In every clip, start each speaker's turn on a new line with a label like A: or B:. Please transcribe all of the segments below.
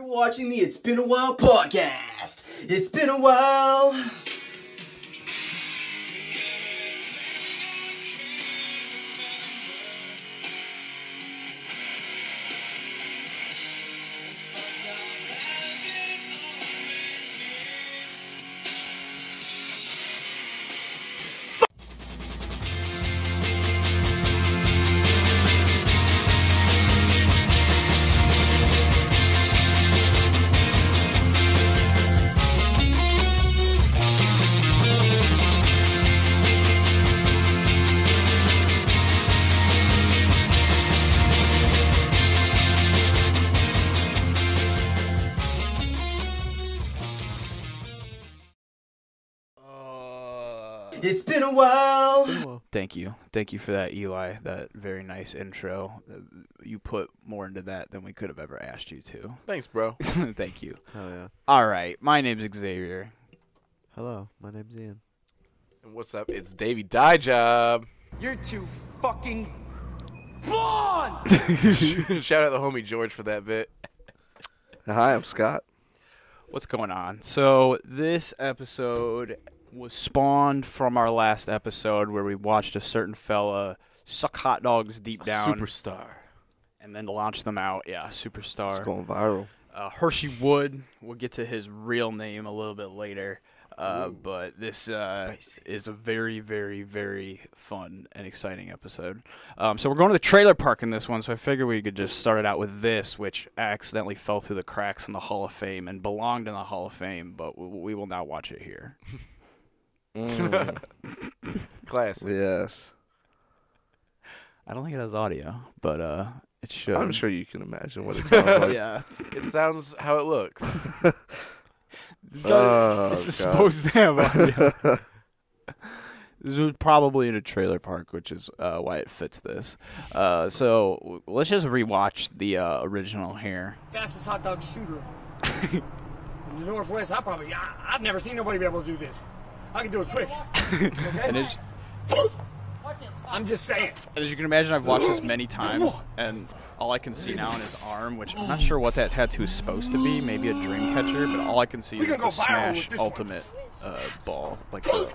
A: watching the It's Been a While podcast. It's been a while. It's been a while.
B: Thank you. Thank you for that, Eli. That very nice intro. Uh, You put more into that than we could have ever asked you to.
C: Thanks, bro.
B: Thank you.
D: Oh yeah.
B: All right. My name's Xavier.
D: Hello, my name's Ian.
C: And what's up? It's Davey Die Job.
E: You're too fucking blonde!
C: Shout out the homie George for that bit.
D: Hi, I'm Scott.
B: What's going on? So, this episode was spawned from our last episode where we watched a certain fella suck hot dogs deep down
C: Superstar.
B: and then launch them out. Yeah, superstar.
D: It's going viral.
B: uh, Hershey Wood. We'll get to his real name a little bit later. Uh, but this uh, is a very, very, very fun and exciting episode. Um, so we're going to the trailer park in this one. So I figured we could just start it out with this, which accidentally fell through the cracks in the Hall of Fame and belonged in the Hall of Fame, but we, we will not watch it here.
C: Classic.
D: yes.
B: I don't think it has audio, but uh, it should.
D: I'm sure you can imagine what it sounds like.
B: Yeah.
C: It sounds how it looks.
D: Oh,
B: it's
D: God.
B: supposed to have audio. This was probably in a trailer park, which is uh, why it fits this. Uh, so w- let's just rewatch the uh, original here.
E: Fastest hot dog shooter. In the Northwest, I probably, I, I've never seen nobody be able to do this. I can do it quick.
B: And as,
E: I'm just saying.
B: and as you can imagine, I've watched this many times, and all I can see now in his arm, which I'm not sure what that tattoo is supposed to be, maybe a dream catcher, but all I can see is
E: can
B: the
E: go viral with
B: Smash
E: this one.
B: Ultimate uh, ball. Like the,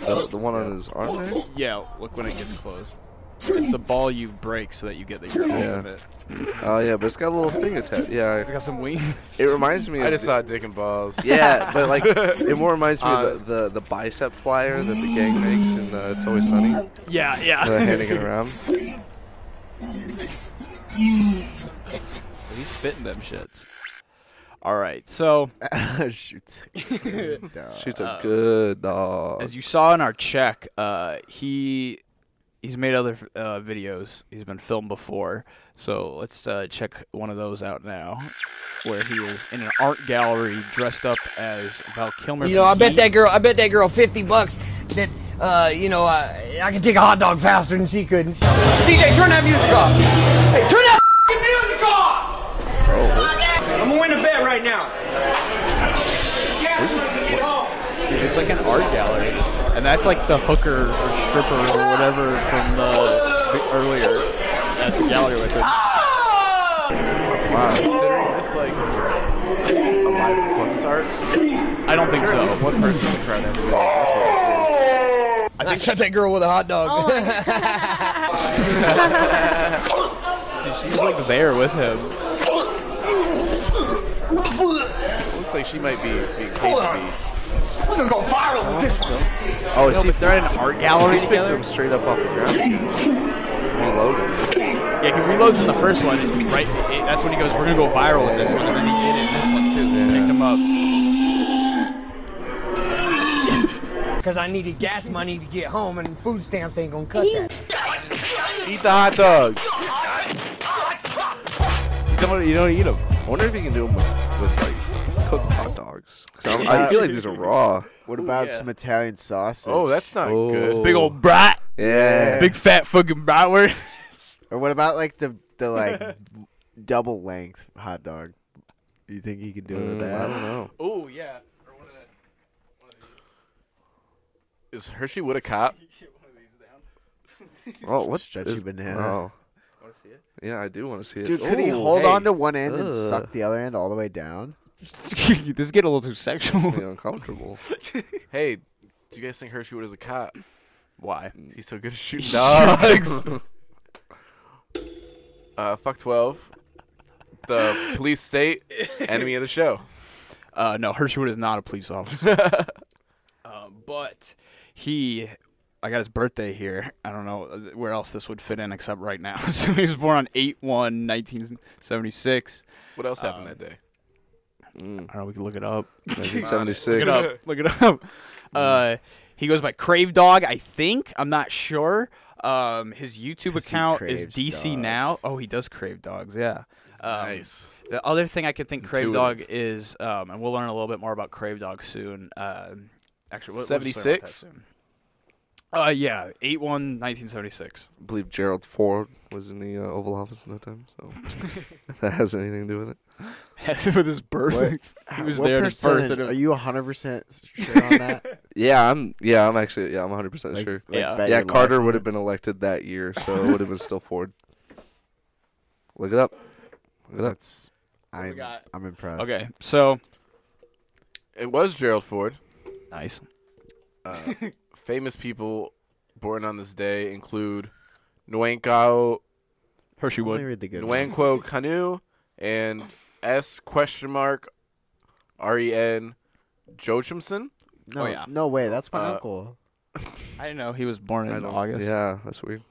D: The, the one on his arm there?
B: yeah, look when it gets close. It's the ball you break so that you get the your
D: Yeah.
B: ultimate.
D: Oh yeah, but it's got a little thing attached.
B: It's
D: Yeah.
B: got some wings.
D: It reminds me of
C: I just saw Dick and Balls.
D: Yeah, but like it more reminds me of the, the, the bicep flyer that the gang makes in uh, It's Always Sunny. when
B: Yeah,
D: They're
B: yeah.
D: handing it around.
B: He's spitting them shits. All right, so
D: Shoots. Shoots a good dog.
B: Uh, as you saw in our check, uh, he he's made other uh, videos. He's been filmed before, so let's uh, check one of those out now, where he is in an art gallery dressed up as Val Kilmer.
E: You know, I
B: from
E: bet
B: Heat.
E: that girl, I bet that girl 50 bucks that, uh, you know, I, I can take a hot dog faster than she could. DJ, turn that music off. Hey, turn that f***ing music off! I'm gonna win a bet right now. Gas when we get home.
B: It's like an art gallery, and that's like the hooker or stripper or whatever from the, the earlier at the gallery with him.
C: Considering this like a live performance art,
B: I don't think
C: at
B: so.
C: least one person in the crowd has to be like, that's what this is.
E: I shot that girl with a hot dog.
B: She's like there with him.
C: Looks like she might be being paid to
E: We're gonna go viral with this one.
D: oh, I see.
B: They're in an art gallery together.
D: them straight up off the ground. Reloaded.
B: Yeah, he reloads in the first one, and right? it- that's when he goes, "We're gonna go viral with this one," and then he did it in this one too. They Picked him up.
E: Because I needed gas money to get home, and food stamps ain't gonna cut that.
C: be. Eat the hot dogs.
B: Don't, you don't eat them.
D: I wonder if you can do them with, with like cooked hot dogs. 'Cause I'm- I feel like these are raw.
F: What about some Italian sausage?
C: Oh, that's not
D: Oh.
C: good.
B: Big old brat,
D: Yeah.
B: big fat fucking bratwurst.
F: or what about like the the like double length hot dog? You think he could do it with
D: Mm, I don't
F: that?
D: know.
B: Oh yeah.
C: Is Hershey Wood a cop?
D: Oh, what
F: Stretchy
D: Oh, is-
F: banana.
D: Oh.
B: want to see it?
D: Yeah, I do want to see it.
F: Dude, could he
D: Ooh,
F: hold
D: hey.
F: on to one end and
D: Ugh.
F: suck the other end all the way down?
B: this is getting a little too sexual.
D: Be uncomfortable.
G: Hey, do you guys think Hershey Wood is a cop?
B: Why?
G: He's so good at shooting dogs. uh, fuck twelve. The police state enemy of the show.
B: Uh, no, Hershwood is not a police officer. uh, but he, I got his birthday here. I don't know uh, where else this would fit in except right now. so he was born on 8 1 1976.
G: What else happened that day?
B: I don't know, we can look it up. Look
D: 1976.
B: it up. Look it up. Uh, he goes by Crave Dog, I think. I'm not sure. Um, his YouTube account is
F: craves
B: DC Now. Oh, he does crave dogs. Yeah. Um,
G: Nice.
B: The other thing I could think Crave Dog
G: Intuitive.
B: is, um, and we'll learn a little bit more about Crave Dog soon. Um actually, we'll- we'll just learn about that
G: 76?
B: soon. Uh, yeah, 8 1 1976.
D: I believe Gerald Ford was in the uh, Oval Office at that time, so if that has anything to do with it.
B: With his birth. he was there at his birth.
F: percentage-
B: and-
F: Are you 100% sure on that?
D: Yeah, I'm. Yeah, I'm actually. Yeah, I'm 100 percent
F: Like-
D: sure.
F: like,
B: Yeah.
F: bet
D: yeah,
F: your life
D: Carter
F: on
D: would
F: it.
D: have been elected that year, so it would have been still Ford. Look it up. Look it up.
F: That's. I'm,
B: got?
F: I'm impressed.
B: Okay, so.
G: It was Gerald Ford.
B: Nice.
G: Uh, famous people born on this day include Nwankwo
B: Hershey
F: Let me
B: Wood.
F: read the good ones.
G: Nwankwo Kanu and S question mark R E N Jochimson.
F: No,
B: Oh, yeah.
F: no way. That's my
G: Uh,
F: uncle.
B: I didn't know he was born
D: I
B: in
D: don't-
B: August.
D: Yeah, that's weird.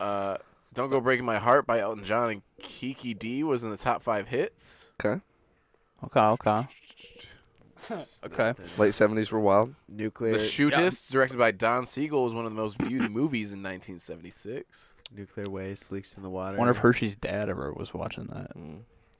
G: Uh, Don't Go Breaking My Heart by Elton John and Kiki D was in the top five hits.
D: Okay.
B: Okay, okay. okay.
D: Late 70s were wild.
F: Nuclear,
G: The Shootist, directed by Don Siegel, was one of the most viewed movies in 1976.
F: nuclear waste leaks in the water.
B: wonder if Hershey's dad ever was watching that.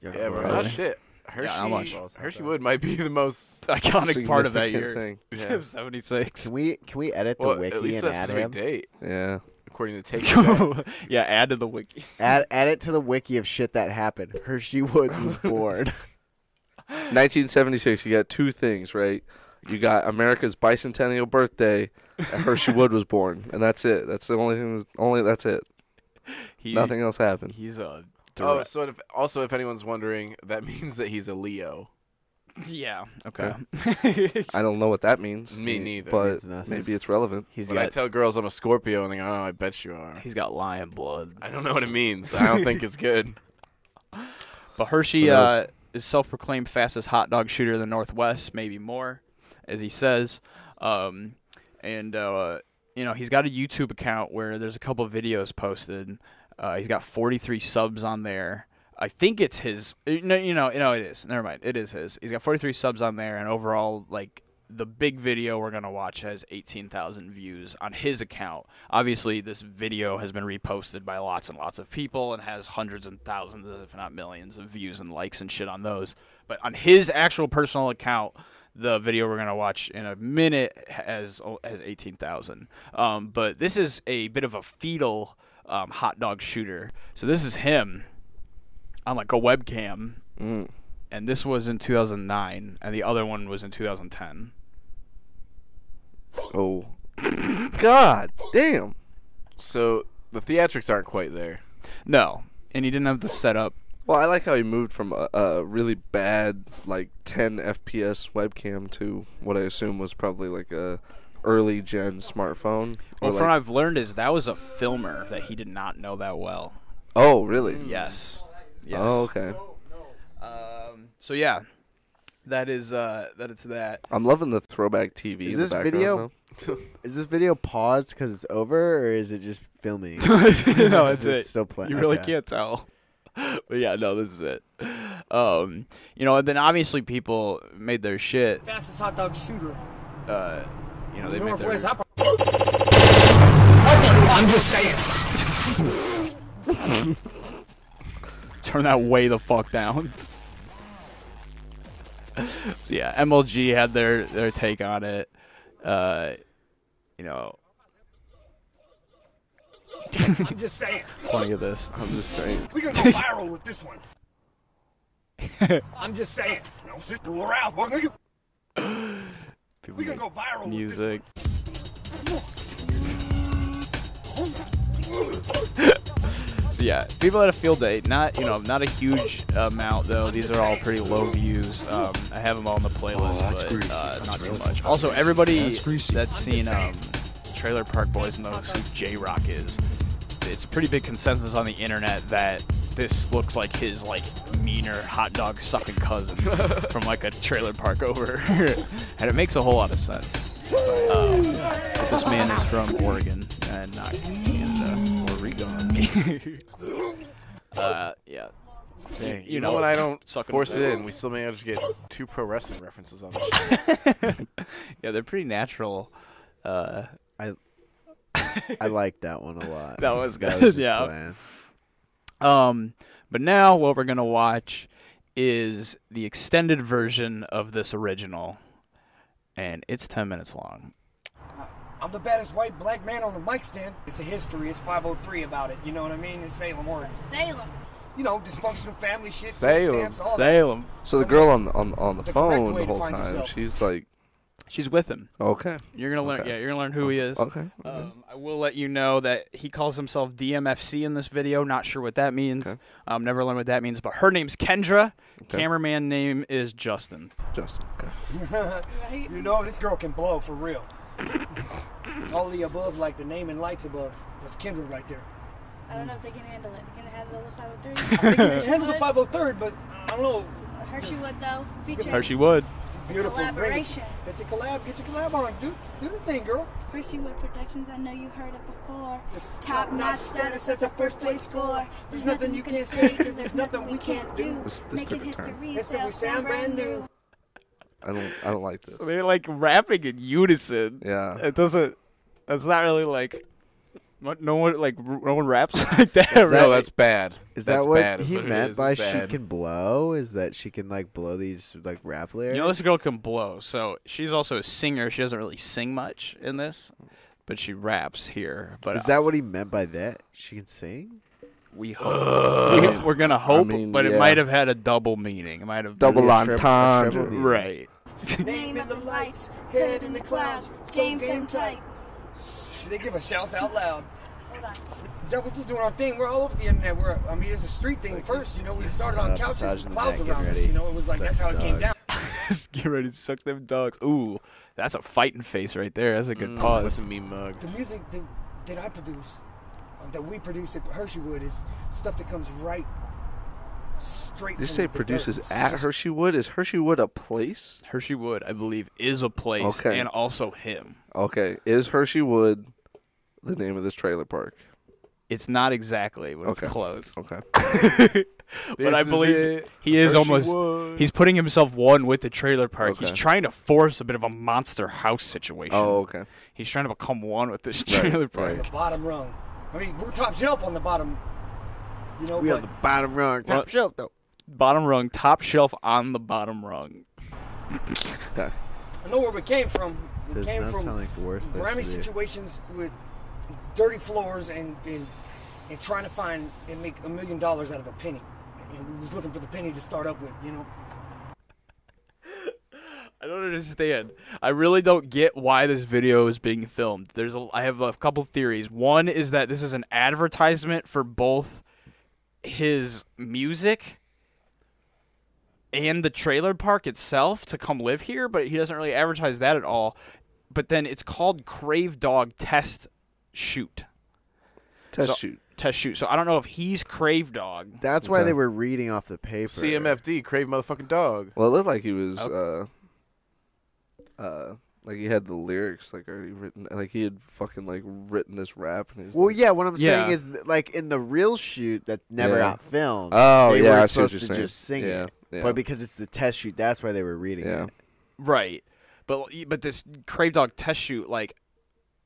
F: Your
G: Yeah, bro.
F: uncle.
G: That
B: Probably.
G: shit. Hershey,
B: Yeah, I'll watch.
G: Hershey Wood might be the most.
B: Iconic part of that
D: Significant
B: year.
D: thing.
B: is
G: Yeah.
B: 76.
F: Can we can we edit the
G: Well,
F: wiki
G: at least
F: and
G: that's
F: add
G: specific
F: him?
G: date,
D: Yeah.
G: according to Take That.
B: yeah, add to the wiki.
F: Add add it to the wiki of shit that happened. Hershey Woods was born.
D: 1976. You got two things, right? You got America's bicentennial birthday. and Hershey Wood was born, and that's it. That's the only thing. that's- Only that's it.
B: He,
D: Nothing else happened.
B: He's a.
G: Oh, so if, also, if anyone's wondering, that means that he's a Leo.
B: Yeah. Okay.
D: I don't know what that means.
G: Me
D: Mm,
G: neither.
D: But
F: Means nothing.
D: maybe it's relevant.
B: he's
G: When I
B: got
G: tell girls I'm a Scorpio, and they go, "Oh, I bet you are."
B: he's got lion blood.
G: I don't know what it means. I don't think it's good.
B: But Hershey
D: What
B: uh,
D: else?
B: is self-proclaimed fastest hot dog shooter in the Northwest, maybe more, as he says. Um, and uh, you know he's got a YouTube account where there's a couple of videos posted. Uh, he's got 43 subs on there. I think it's his. eh, No, you know, no, it is. Never mind. It is his. He's got 43 subs on there, and overall, like the big video we're gonna watch has 18,000 views on his account. Obviously, this video has been reposted by lots and lots of people and has hundreds and thousands, if not millions, of views and likes and shit on those. But on his actual personal account, the video we're gonna watch in a minute has has 18,000. Um, but this is a bit of a fetal um, hot dog shooter. So this is him on like a webcam,
D: Mm.
B: and this was in 2009, and the other one was in 2010.
D: Oh. God damn.
G: So the theatrics aren't quite there.
B: No, and he didn't have the setup.
D: Well, I like how he moved from a, a really bad, like 10 FPS webcam to what I assume was probably like a early gen smartphone. or
B: Well,
D: like-
B: from what I've learned is that was a filmer that he did not know that well.
D: oh, really?
B: Yes. Yes.
D: Oh, okay.
B: Um, so yeah, that is uh, that it's that.
D: I'm loving the throwback TV.
F: Is
D: in the
F: this
D: background,
F: video-
D: though.
F: Is this video paused because it's over, or is it just filming?
B: no,
F: Is
B: that's
F: it
B: it.
F: still playing?
B: You really
F: Okay.
B: can't tell. But yeah, no, this is it. Um, you know, and then obviously people made their shit.
E: Fastest hot dog shooter.
B: Uh, you know, they made their.
E: Northwest hot
B: turn that way the fuck down. so yeah, MLG had their their take on it. Uh, you know,
E: I'm just saying.
B: plenty of this.
D: I'm just saying.
E: We're gonna go viral with this one. I'm just saying. No, sit around. We're
B: People
E: gonna
B: make
E: go viral with this
B: music. yeah, people had a field day. Not you know, not a huge amount though. These are all pretty low views. Um, I have them all on the playlist, but uh, not too much. Also, everybody that's seen um, Trailer Park Boys knows who J Rock is. It's a pretty big consensus on the internet that this looks like his like meaner hot dog sucking cousin from like a trailer park over, and it makes a whole lot of sense. Um, but this man is from Oregon and not Canada or Rico. uh, yeah.
G: Dang,
B: you
G: you know
B: know,
G: when I don't
B: sucking
G: force
B: up.
G: it in, we still managed to get two pro wrestling references on this.
B: Yeah, they're pretty natural. Uh,
F: I like that one a lot.
B: That was good,
F: just
B: yeah.
F: playing.
B: um, but now what we're gonna watch is the extended version of this original, and it's ten minutes long.
E: I'm the baddest white black man on the mic stand. It's a history. It's 503 about it. You know what I mean? In Salem, Oregon.
H: Salem.
E: You know, dysfunctional family shit. food
G: Salem.
E: Stamps, all that.
B: Salem,
D: So the girl on the, on on the
E: The correct
D: phone
E: way
D: the
E: to
D: whole
E: find
D: time,
E: yourself.
D: she's like,
B: she's with him.
D: okay,
B: You're gonna learn.
D: Okay.
B: Yeah, you're gonna learn who he is.
D: okay.
B: Um, I will let you know that he calls himself DMFC in this video. Not sure what that means.
D: Okay.
B: Um, never learned what that means. But her name's Kendra.
D: Okay.
B: Cameraman name is Justin.
D: Justin. Okay.
H: Right?
E: You know, this girl can blow for real. all the above, like the name and lights above. That's Kendra right there.
H: I don't know if they can handle it. They can handle the
E: They
H: 503.
E: can handle the 503rd, but I don't know.
H: Hershey Wood, though. Featuring
B: Hershey Wood.
E: It's beautiful. Bring it.
H: collaboration.
E: It's a collab. Get your collab on. Do, do the thing, girl.
H: Hershey Wood Productions, I know you heard it before.
E: This
H: Top notch
E: top-notch
H: status, that's our first place score. There's nothing you can say, because there's nothing we can't do.
D: This- this
H: Making
D: took a turn.
H: history,
E: History
H: sales sound brand new.
D: I don't I don't like this.
B: They're like rapping in unison.
D: Yeah.
B: It doesn't. It's not really like. what- No one like r- no one raps like that.
F: that-
B: right?
G: No, that's bad.
F: Is
G: That's
F: that what
G: bad, is
F: he
G: what it
F: meant
G: is.
F: by
G: It's bad.
F: she can blow? Is that she can like blow these like rap lyrics?
B: You know, this girl can blow. So she's also a singer. She doesn't really sing much in this, but she raps here. But
F: Is that what he meant by that? She can sing.
B: we hope we, we're gonna hope,
D: mean,
B: but it
D: yeah.
B: might have had a double meaning. It might have
D: Double
F: Maybe a trip- a
D: entendre.
F: triple meaning.
B: right.
H: Name of the lights, head in the clouds, game same type.
E: Should they give us shouts out loud?
H: Hold on.
E: Yeah, we're just doing our thing. We're all over the internet. We're, I mean, it's a street thing first. You know, we started on
F: Uh,
E: couches
F: massaging
E: with
F: the
E: clouds
F: neck, getting
E: around us.
F: ready.
E: You know, it was like that's how it came down.
F: Sucking
B: Get ready to suck them dogs. Ooh, that's a fighting face right there. That's a good
G: Mm,
B: pause.
G: That's a meme mug.
E: The music that, that I produce, um, that we produce at Hershey Wood, is stuff that comes right straight.
D: They
E: from
D: say
E: the dirt.
D: produces
E: It's
D: at
E: just-
D: Hershey Wood. Is Hershey Wood a place?
B: Hershey Wood, I believe, is a place
D: Okay.
B: and also him.
D: Okay. Is Hershey Wood the name of this trailer park?
B: It's not exactly, but
D: Okay.
B: it's close.
D: Okay.
B: but I
G: This is
B: believe
G: it.
B: he is
G: Hershey
B: almost
G: Wood.
B: he's putting himself one with the trailer park. He's
D: Okay.
B: trying to force a bit of a monster house situation.
D: Oh, okay.
B: He's trying to become one with this trailer park.
D: right.
E: the bottom rung. I mean, we're top shelf on the bottom. You know,
F: We
E: but
F: on the bottom rung, top
B: What?
F: shelf though.
B: Bottom rung, top shelf on the bottom rung.
D: Okay.
E: I know where we came from. We
F: Does
E: came
F: not
E: from
F: sound like the worst place
E: grimy
F: to be.
E: situations with dirty floors and, and and trying to find and make a million dollars out of a penny. And we was looking for the penny to start up with, you know.
B: I don't understand. I really don't get why this video is being filmed. There's a, I have a couple theories. One is that this is an advertisement for both his music and the trailer park itself to come live here, but he doesn't really advertise that at all. But then it's called Crave Dog Test Shoot.
D: Test
B: So-
D: shoot.
B: Test Shoot. So I don't know if he's Crave Dog.
F: That's why they were reading off the paper.
G: CMFD, crave motherfucking dog.
D: Well, it looked like he was uh uh like he had the lyrics like already written. Like he had fucking like written this rap and he's
F: Well,
D: like,
F: yeah. What I'm saying
B: Yeah.
F: is, th- like in the real shoot that never
D: Yeah.
F: got filmed.
D: Oh,
F: they
D: yeah, I see
F: were
D: what
F: supposed
D: you're
F: to
D: saying.
F: just sing
D: Yeah,
F: it,
D: yeah.
F: but because it's the test shoot, that's why they were reading
D: Yeah.
F: it.
B: Right. But but this Crave Dog test shoot, like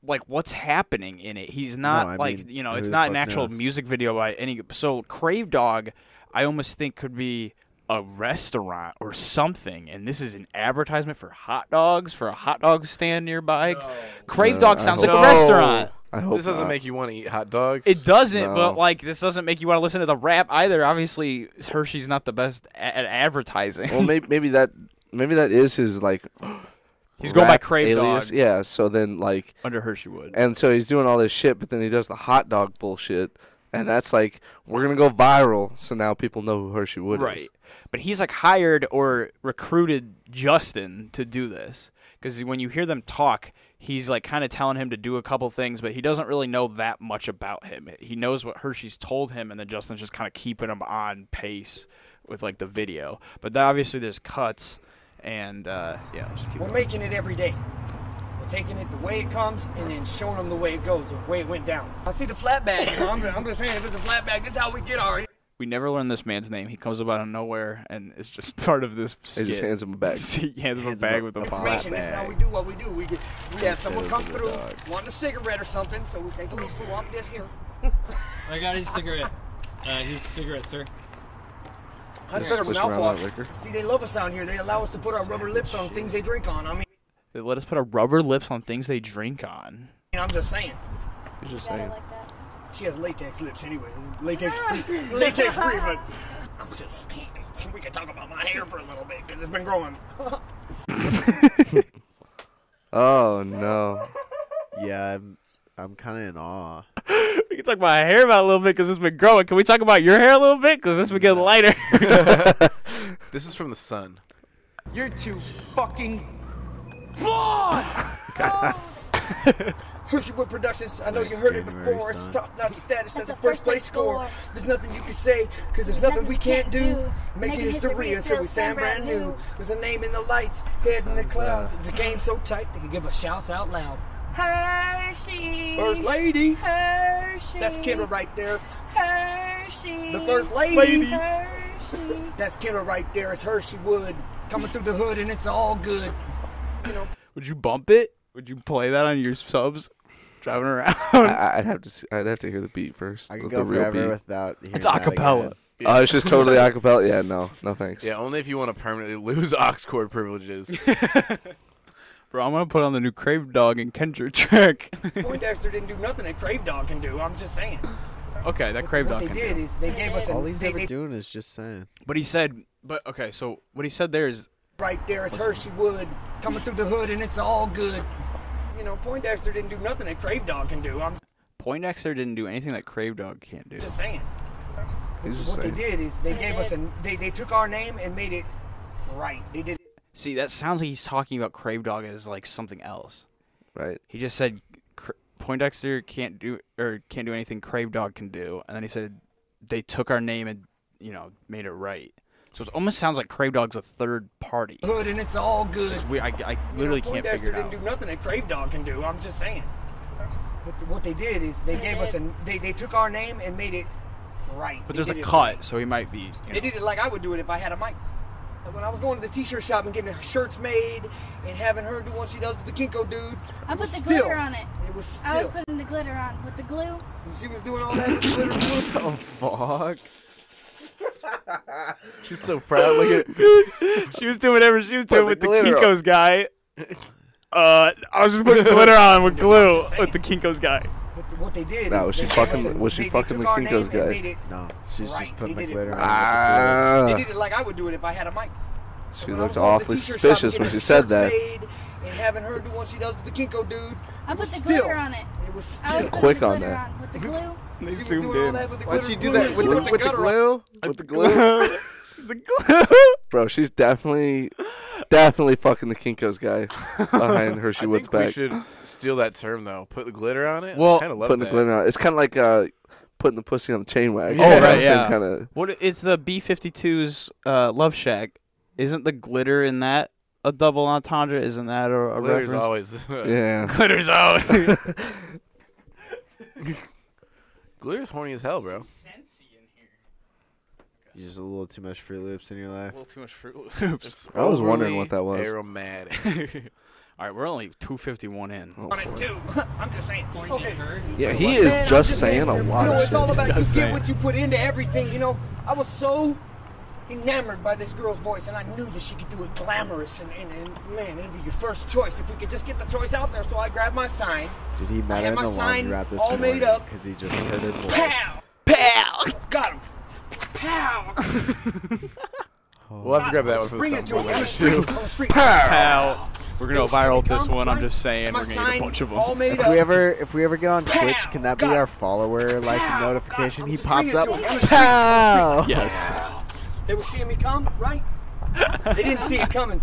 B: like what's happening in it? He's not
F: I
B: like
F: mean,
B: you know,
F: who
B: it's
F: the
B: not an
F: fuck
B: actual
F: knows?
B: music video by any so Crave Dog I almost think could be a restaurant or something and this is an advertisement for hot dogs for a hot dog stand nearby. Crave
D: No,
B: Dog
D: I
B: sounds
D: hope-
B: like a restaurant.
D: I hope
G: This doesn't
D: not.
G: make you want to eat hot dogs.
B: It doesn't,
D: No.
B: but like this doesn't make you want to listen to the rap either. Obviously, Hershey's not the best a- at advertising.
D: Well, maybe maybe that maybe that is his like.
B: He's going by
D: rap
B: Crave
D: alias.
B: Dog.
D: Yeah. So then like,
B: under Hershey Wood.
D: and so he's doing all this shit, but then he does the hot dog bullshit, and that's like we're gonna go viral. So now people know who Hershey Wood is.
B: Right. But he's like hired or recruited Justin to do this because when you hear them talk, he's like kind of telling him to do a couple things, but he doesn't really know that much about him. He knows what Hershey's told him, and then Justin's just kind of keeping him on pace with like the video. But then obviously there's cuts, and uh, yeah, let's keep
E: We're
B: going.
E: making it every day. We're taking it the way it comes and then showing them the way it goes, the way it went down. I see the flat bag. you know, I'm, I'm just saying, if it's a flat bag, this is how we get our.
B: we never learn this man's name. He comes up out of nowhere, and it's just part of this.
D: They
B: Skit.
D: just hands him a bag.
B: he hands him a bag with a
E: information. This is how we do what we do. We get, we have someone come
F: the
E: through,
F: dogs.
E: wanting a cigarette or something, so we take a little slew off this here.
I: I got his cigarette. Uh, his cigarette, sir.
E: I better
D: swish
E: mouth
D: around
E: wash.
D: that liquor.
E: See, they love us out here. They allow us to put our rubber lips on things they drink on. I mean,
B: They let us put our rubber lips on things they drink on.
E: I'm just saying.
D: He's just saying.
E: She has latex lips anyway. Latex free. latex free, but I'm just saying. We can talk about my hair for a little bit because it's been growing.
D: Oh no.
F: Yeah, I'm, I'm kind of in awe.
B: We can talk about hair about a little bit because it's been growing. Can we talk about your hair a little bit because it's been getting lighter?
G: This is from the sun.
E: You're too fucking blonde. Hershey Wood Productions, I know you
F: Nice
E: heard it
F: January
E: before. It's
F: sun.
E: top notch status as a first place score. There's nothing you can say, because there's nothing we can't do. Making history until we sound brand new. There's a name in the lights, head in the
F: Sounds,
E: clouds.
F: uh,
E: The game's so tight, they can give us shouts out loud.
H: Hershey.
E: First lady.
H: Hershey.
E: That's Kendra right there.
H: Hershey.
E: The first lady.
H: Hershey.
E: That's Kendra right there. It's Hershey Wood coming through the hood, and it's all good.
B: Would you bump it? Would you play that on your subs? Driving
D: I-
B: around.
D: I, I'd have to. See, I'd have to hear the beat first.
F: I
D: the,
F: can
D: the
F: go
D: real
F: forever
D: beat.
F: without hearing
B: It's
F: that
B: acapella.
F: again.
D: Oh, it's just totally acapella. Yeah, no, no thanks.
G: Yeah, only if you want to permanently lose ox cord privileges.
B: Bro, I'm gonna put on the new Crave Dog and Kendra track.
E: Poindexter didn't do nothing that Crave Dog can do. I'm just saying.
B: okay, that Crave Dog
E: what they
B: can
E: did
B: do.
E: is they gave us a
F: All he's
E: they,
F: ever
E: they,
F: doing is just saying.
B: But he said, but okay, so what he said there is
E: right there. It's Hershey Wood coming through the hood, and it's all good. You know, Poindexter didn't do nothing that Crave Dog can do. I'm
B: Poindexter didn't do anything that Crave Dog can't do.
E: just saying.
D: He's just
E: What they
D: saying.
E: did is they gave us a they, they took our name and made it right. They did it
B: See, that sounds like he's talking about Crave Dog as like something else.
D: Right.
B: He just said Cr- Poindexter can't do or can't do anything Crave Dog can do, and then he said they took our name and you know made it right. So it almost sounds like Crave Dog's a third party.
E: hood, and it's all good.
B: We, I, I literally
E: You know,
B: can't
E: Poindexter
B: figure it
E: didn't
B: out.
E: do nothing that Crave Dog can do. I'm just saying. But th- what they did is they gave us a they, they took our name and made it right.
B: But
E: They
B: there's a
E: did it
B: cut, so he might be. You
E: They
B: know.
E: did it like I would do it if I had a mic. Like When I was going to the t-shirt shop and getting shirts made and having her do what she does with the Kinko dude,
H: I put the
E: Still.
H: glitter on it.
E: it was
H: I was
E: still.
H: putting the glitter on with the glue.
E: she was doing all that with the glitter glue.
F: Oh fuck!
G: She's so proud. Look at
B: she was doing whatever she was doing
G: the
B: with the,
G: glitter on.
B: Kinko's guy. Uh, I was just putting glitter on with glue
E: Just saying.
B: with the Kinko's guy.
E: But th- what they did.
D: Nah,
E: is
D: was she
E: they gave us
D: fucking-
E: a-
D: was she
E: they- they
D: fucking
E: took
D: the
E: our name
D: Kinko's
E: and
D: guy?
E: made it-
F: No, she's
E: Right,
F: just putting
E: they
F: the
E: did it
F: glitter on.
E: right.
F: with
E: They
D: Ah,
E: did it like I would do it if I had a mic.
D: she looked
E: When I was going to the
D: awfully
E: t-shirt shop and
D: suspicious when
E: getting
D: she
E: her
D: said
E: shirts
D: that.
E: made And having her do what she does with the Kinko dude,
H: I put the
E: Still.
H: glitter on it.
E: it was still.
H: I was putting
D: Quick
H: the
D: on
H: glitter
D: that.
H: on with the glue.
B: They
E: She was
B: zoomed
E: doing all
B: in.
E: that with the
F: Why'd
E: glitter
F: she do
E: glue.
F: that with the,
E: Put
F: with the
E: gutter on.
F: glue? With the glue?
B: the glue.
D: Bro, she's definitely, definitely fucking the Kinko's guy behind
G: I
D: Hershey Wood's
G: think we
D: back.
G: should steal that term though. Put the glitter on it.
B: Well,
G: I kinda love
D: Putting
G: that.
D: the glitter on. It's kind of like uh, putting the pussy on the chain wagon.
B: Oh, right, yeah.
D: Kind of.
B: What i- it's the B52's uh, Love Shack? Isn't the glitter in that a double entendre? Isn't that a, a
G: Glitter's
B: reference?
G: always
D: Yeah.
B: Glitter's out.
G: glitter's horny as hell, bro.
F: You just a little too much Fruit Loops in your life.
B: too much Fruit Loops.
G: It's
D: I was wondering
G: overly
D: what that was.
G: Aromatic.
B: All right, we're only 251 in.
E: on it too. I'm just saying. Okay.
D: Yeah, he is just saying a lot
E: You know,
D: of
E: it's all
D: shit.
E: about you
B: Just
E: get
B: saying.
E: what you put into everything. You know, I was so enamored by this girl's voice, and I knew that she could do it glamorous. And, and, and man, it'd be your first choice if we could just get the choice out there. So I grabbed my sign.
F: Dude, he
E: I
F: met her
E: had
F: in
E: my
F: the
E: sign
F: laundry wrap this
E: all
F: morning
E: made up.
F: because he just heard her voice.
E: Pow! Pow! Got him. Pow!
G: We'll have to grab that one for the
E: Bring it
G: second
E: to him.
G: one
E: On the
G: later,
E: street.
G: too.
E: On the street.
B: Pow. We're gonna viral this one. I'm just saying we're gonna get a bunch of
E: All
B: them.
E: made
F: If
E: up.
F: we ever if we ever get on
E: Pow!
F: Twitch, can that be
E: God.
F: our follower like notification? He pops
E: bringing
F: up.
E: it to him.
F: Pow!
B: Yes.
E: They were seeing me come, right? they didn't see it coming.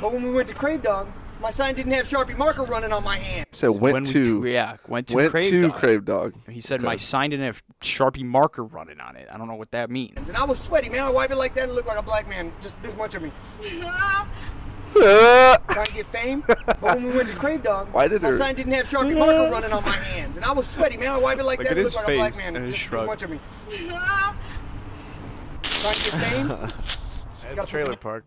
E: But when we went to Crave Dog, my sign didn't have Sharpie marker running on my hand.
D: So went
B: when
D: to
B: we, yeah, went to
D: went
B: Crave
D: to
B: Dog.
D: Crave Dog.
B: He said my sign didn't have Sharpie marker running on it. I don't know what that means.
E: And I was sweaty, man. I wipe it like that and looked like a black man. Just this much of me. Trying to get fame. But when we went to Crave Dog,
D: Why did
E: my
D: her-
E: sign didn't have Sharpie marker running on my hands. And I was sweaty, man. I wipe it like,
B: Look
E: that
B: at
E: and
B: his
E: looked like a black
B: face
E: man.
B: and his
E: Just
B: shrug.
E: this much of me. Trying to get fame.
G: That's Trailer Park.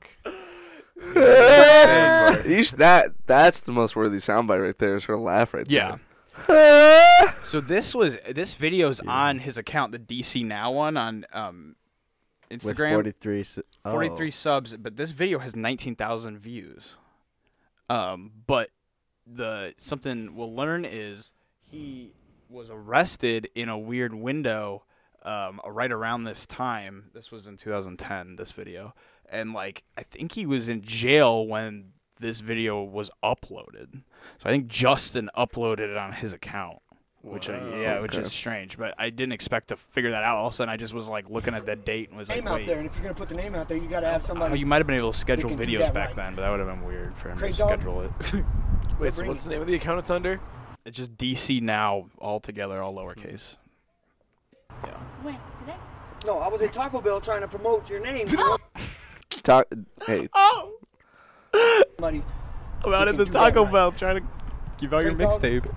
D: Eesh, that that's the most worthy soundbite right there. Is her laugh right
B: Yeah.
D: there.
B: So this was this video's on his account, the DC Now one on um, Instagram.
F: With 43. s- oh.
B: 43 subs, but this video has 19,000 views. Um, but the something we'll learn is he was arrested in a weird window um, right around this time. This was in 2010, this video. And like I think he was in jail when this video was uploaded. So I think Justin uploaded it on his account. Which I, yeah, which is strange, but I didn't expect to figure that out. All of a sudden, I just was like looking at the date and was like,
E: name out
B: "Wait,
E: there. And if you're going to put the name out there, you got to have
B: Oh,
E: somebody.
B: you might have been able to schedule
E: can do
B: videos
E: that
B: back
E: right.
B: then, but that would have been weird for him
E: Craig
B: to
E: Dog.
B: schedule it.
G: Wait, so what's the name of the account it's under?
B: it's just DC now, all together, all lowercase.
H: When? Today?
E: no, I was at Taco Bell trying to promote your name.
D: Ta- hey,
G: Uh,
E: somebody.
B: Oh! I'm
E: out at the Taco Bell
B: trying to give out
E: your Craig Dog.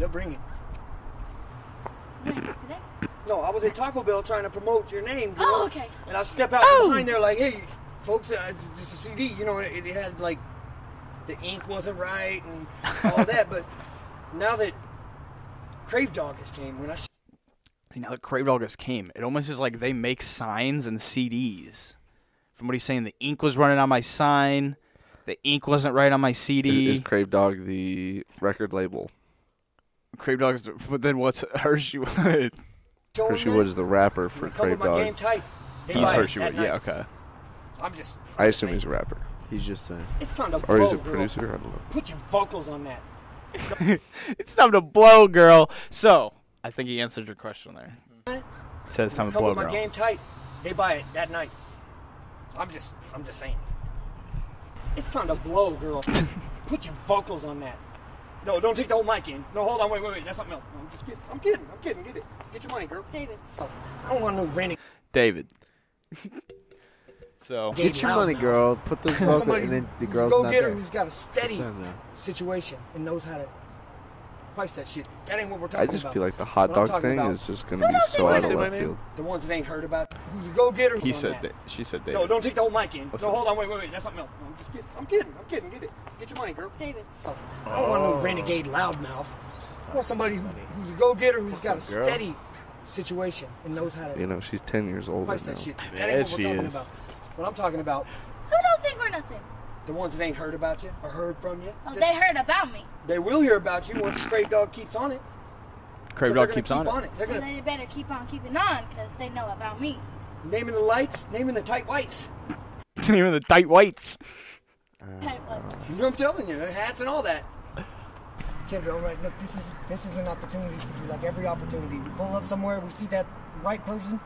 E: They'll bring it.
H: When? Today?
E: No, I was at Taco Bell trying to promote your name. you know?
H: Oh, okay.
E: And I step out behind there like, hey, folks, uh, it's just a CD. You know, it, it had like the ink wasn't right and all that. But now that Crave Dog has came, when I sh-
B: See, now that Crave Dog just came, it almost is like they make signs and CDs. From what he's saying, the ink was running on my sign, the ink wasn't right on my CD.
D: is, is Crave Dog the record label?
B: Crave Dog's, but then what's Hershey Wood?
E: showed
D: Hershey Wood is the rapper for
E: cover
D: Crave
E: my game
D: Dog.
E: tight. They
B: He's
E: buy it
B: Hershey
E: at
B: Wood,
E: night.
B: yeah, okay.
E: I'm just.
D: I assume he's a rapper,
F: He's just saying.
E: It's time to
D: or
E: blow,
D: he's a
E: girl.
D: producer. I don't know.
E: Put your vocals on that.
B: It's time to blow, girl. So, I think he answered your question there. Says time to
E: Cover
B: blow,
E: my
B: girl.
E: game tight. They buy it that night. I'm just. I'm just saying. It's time to blow, girl. Put your vocals on that. No, don't take the whole mic in. No, hold on, wait, wait, wait. That's something else. No, I'm just kidding. I'm kidding. I'm kidding. Get it. Get your money, girl. Oh,
H: David.
E: I don't want no renting.
B: David. so
F: Get your money, girl. Put those vocals,
E: Somebody
F: and then the
E: who's
F: girl's
E: go
F: not
E: get
F: there.
E: her who's got a
F: Just
E: steady
F: let him know.
E: situation and knows how to price that shit. That ain't what we're
D: I
E: talking
D: just
E: about.
D: feel like the hot
E: What I'm
D: dog
E: talking
D: thing
E: about-
D: is just gonna be so out of left field.
E: the ones that ain't heard about. Who's a go getter?
B: he said that. She said David.
E: No, don't take the whole mic in.
B: Listen.
E: No, hold on, wait, wait, wait. That's something else. No, I'm just kidding. I'm kidding. I'm kidding. Get it. Get your money, girl. Oh.
H: David.
E: I don't want no renegade loudmouth. I want somebody who, who's a go-getter, who's got a steady situation and knows how to
D: You know, she's ten years older
E: price
D: now.
E: that shit. That ain't what
G: she
E: we're talking
G: is.
E: about. What I'm talking about,
H: Who don't think we're nothing?
E: the ones that ain't heard about you or heard from you.
H: Oh,
E: They-
H: they heard about me.
E: they will hear about you once the Crave Dog keeps on it. 'cause
B: Crave
E: they're
B: Dog
E: gonna
B: keeps
E: keep
B: on, it.
E: They're
H: Well,
E: gonna
H: they better keep on keeping on because they know about me.
E: naming the lights, naming the tight whites.
B: Even the tight whites.
H: Hey, what?
E: You know what I'm telling you, hats and all that. Kendra, all right, look, this is this is an opportunity for you. Like every opportunity, we pull up somewhere, we see that right person.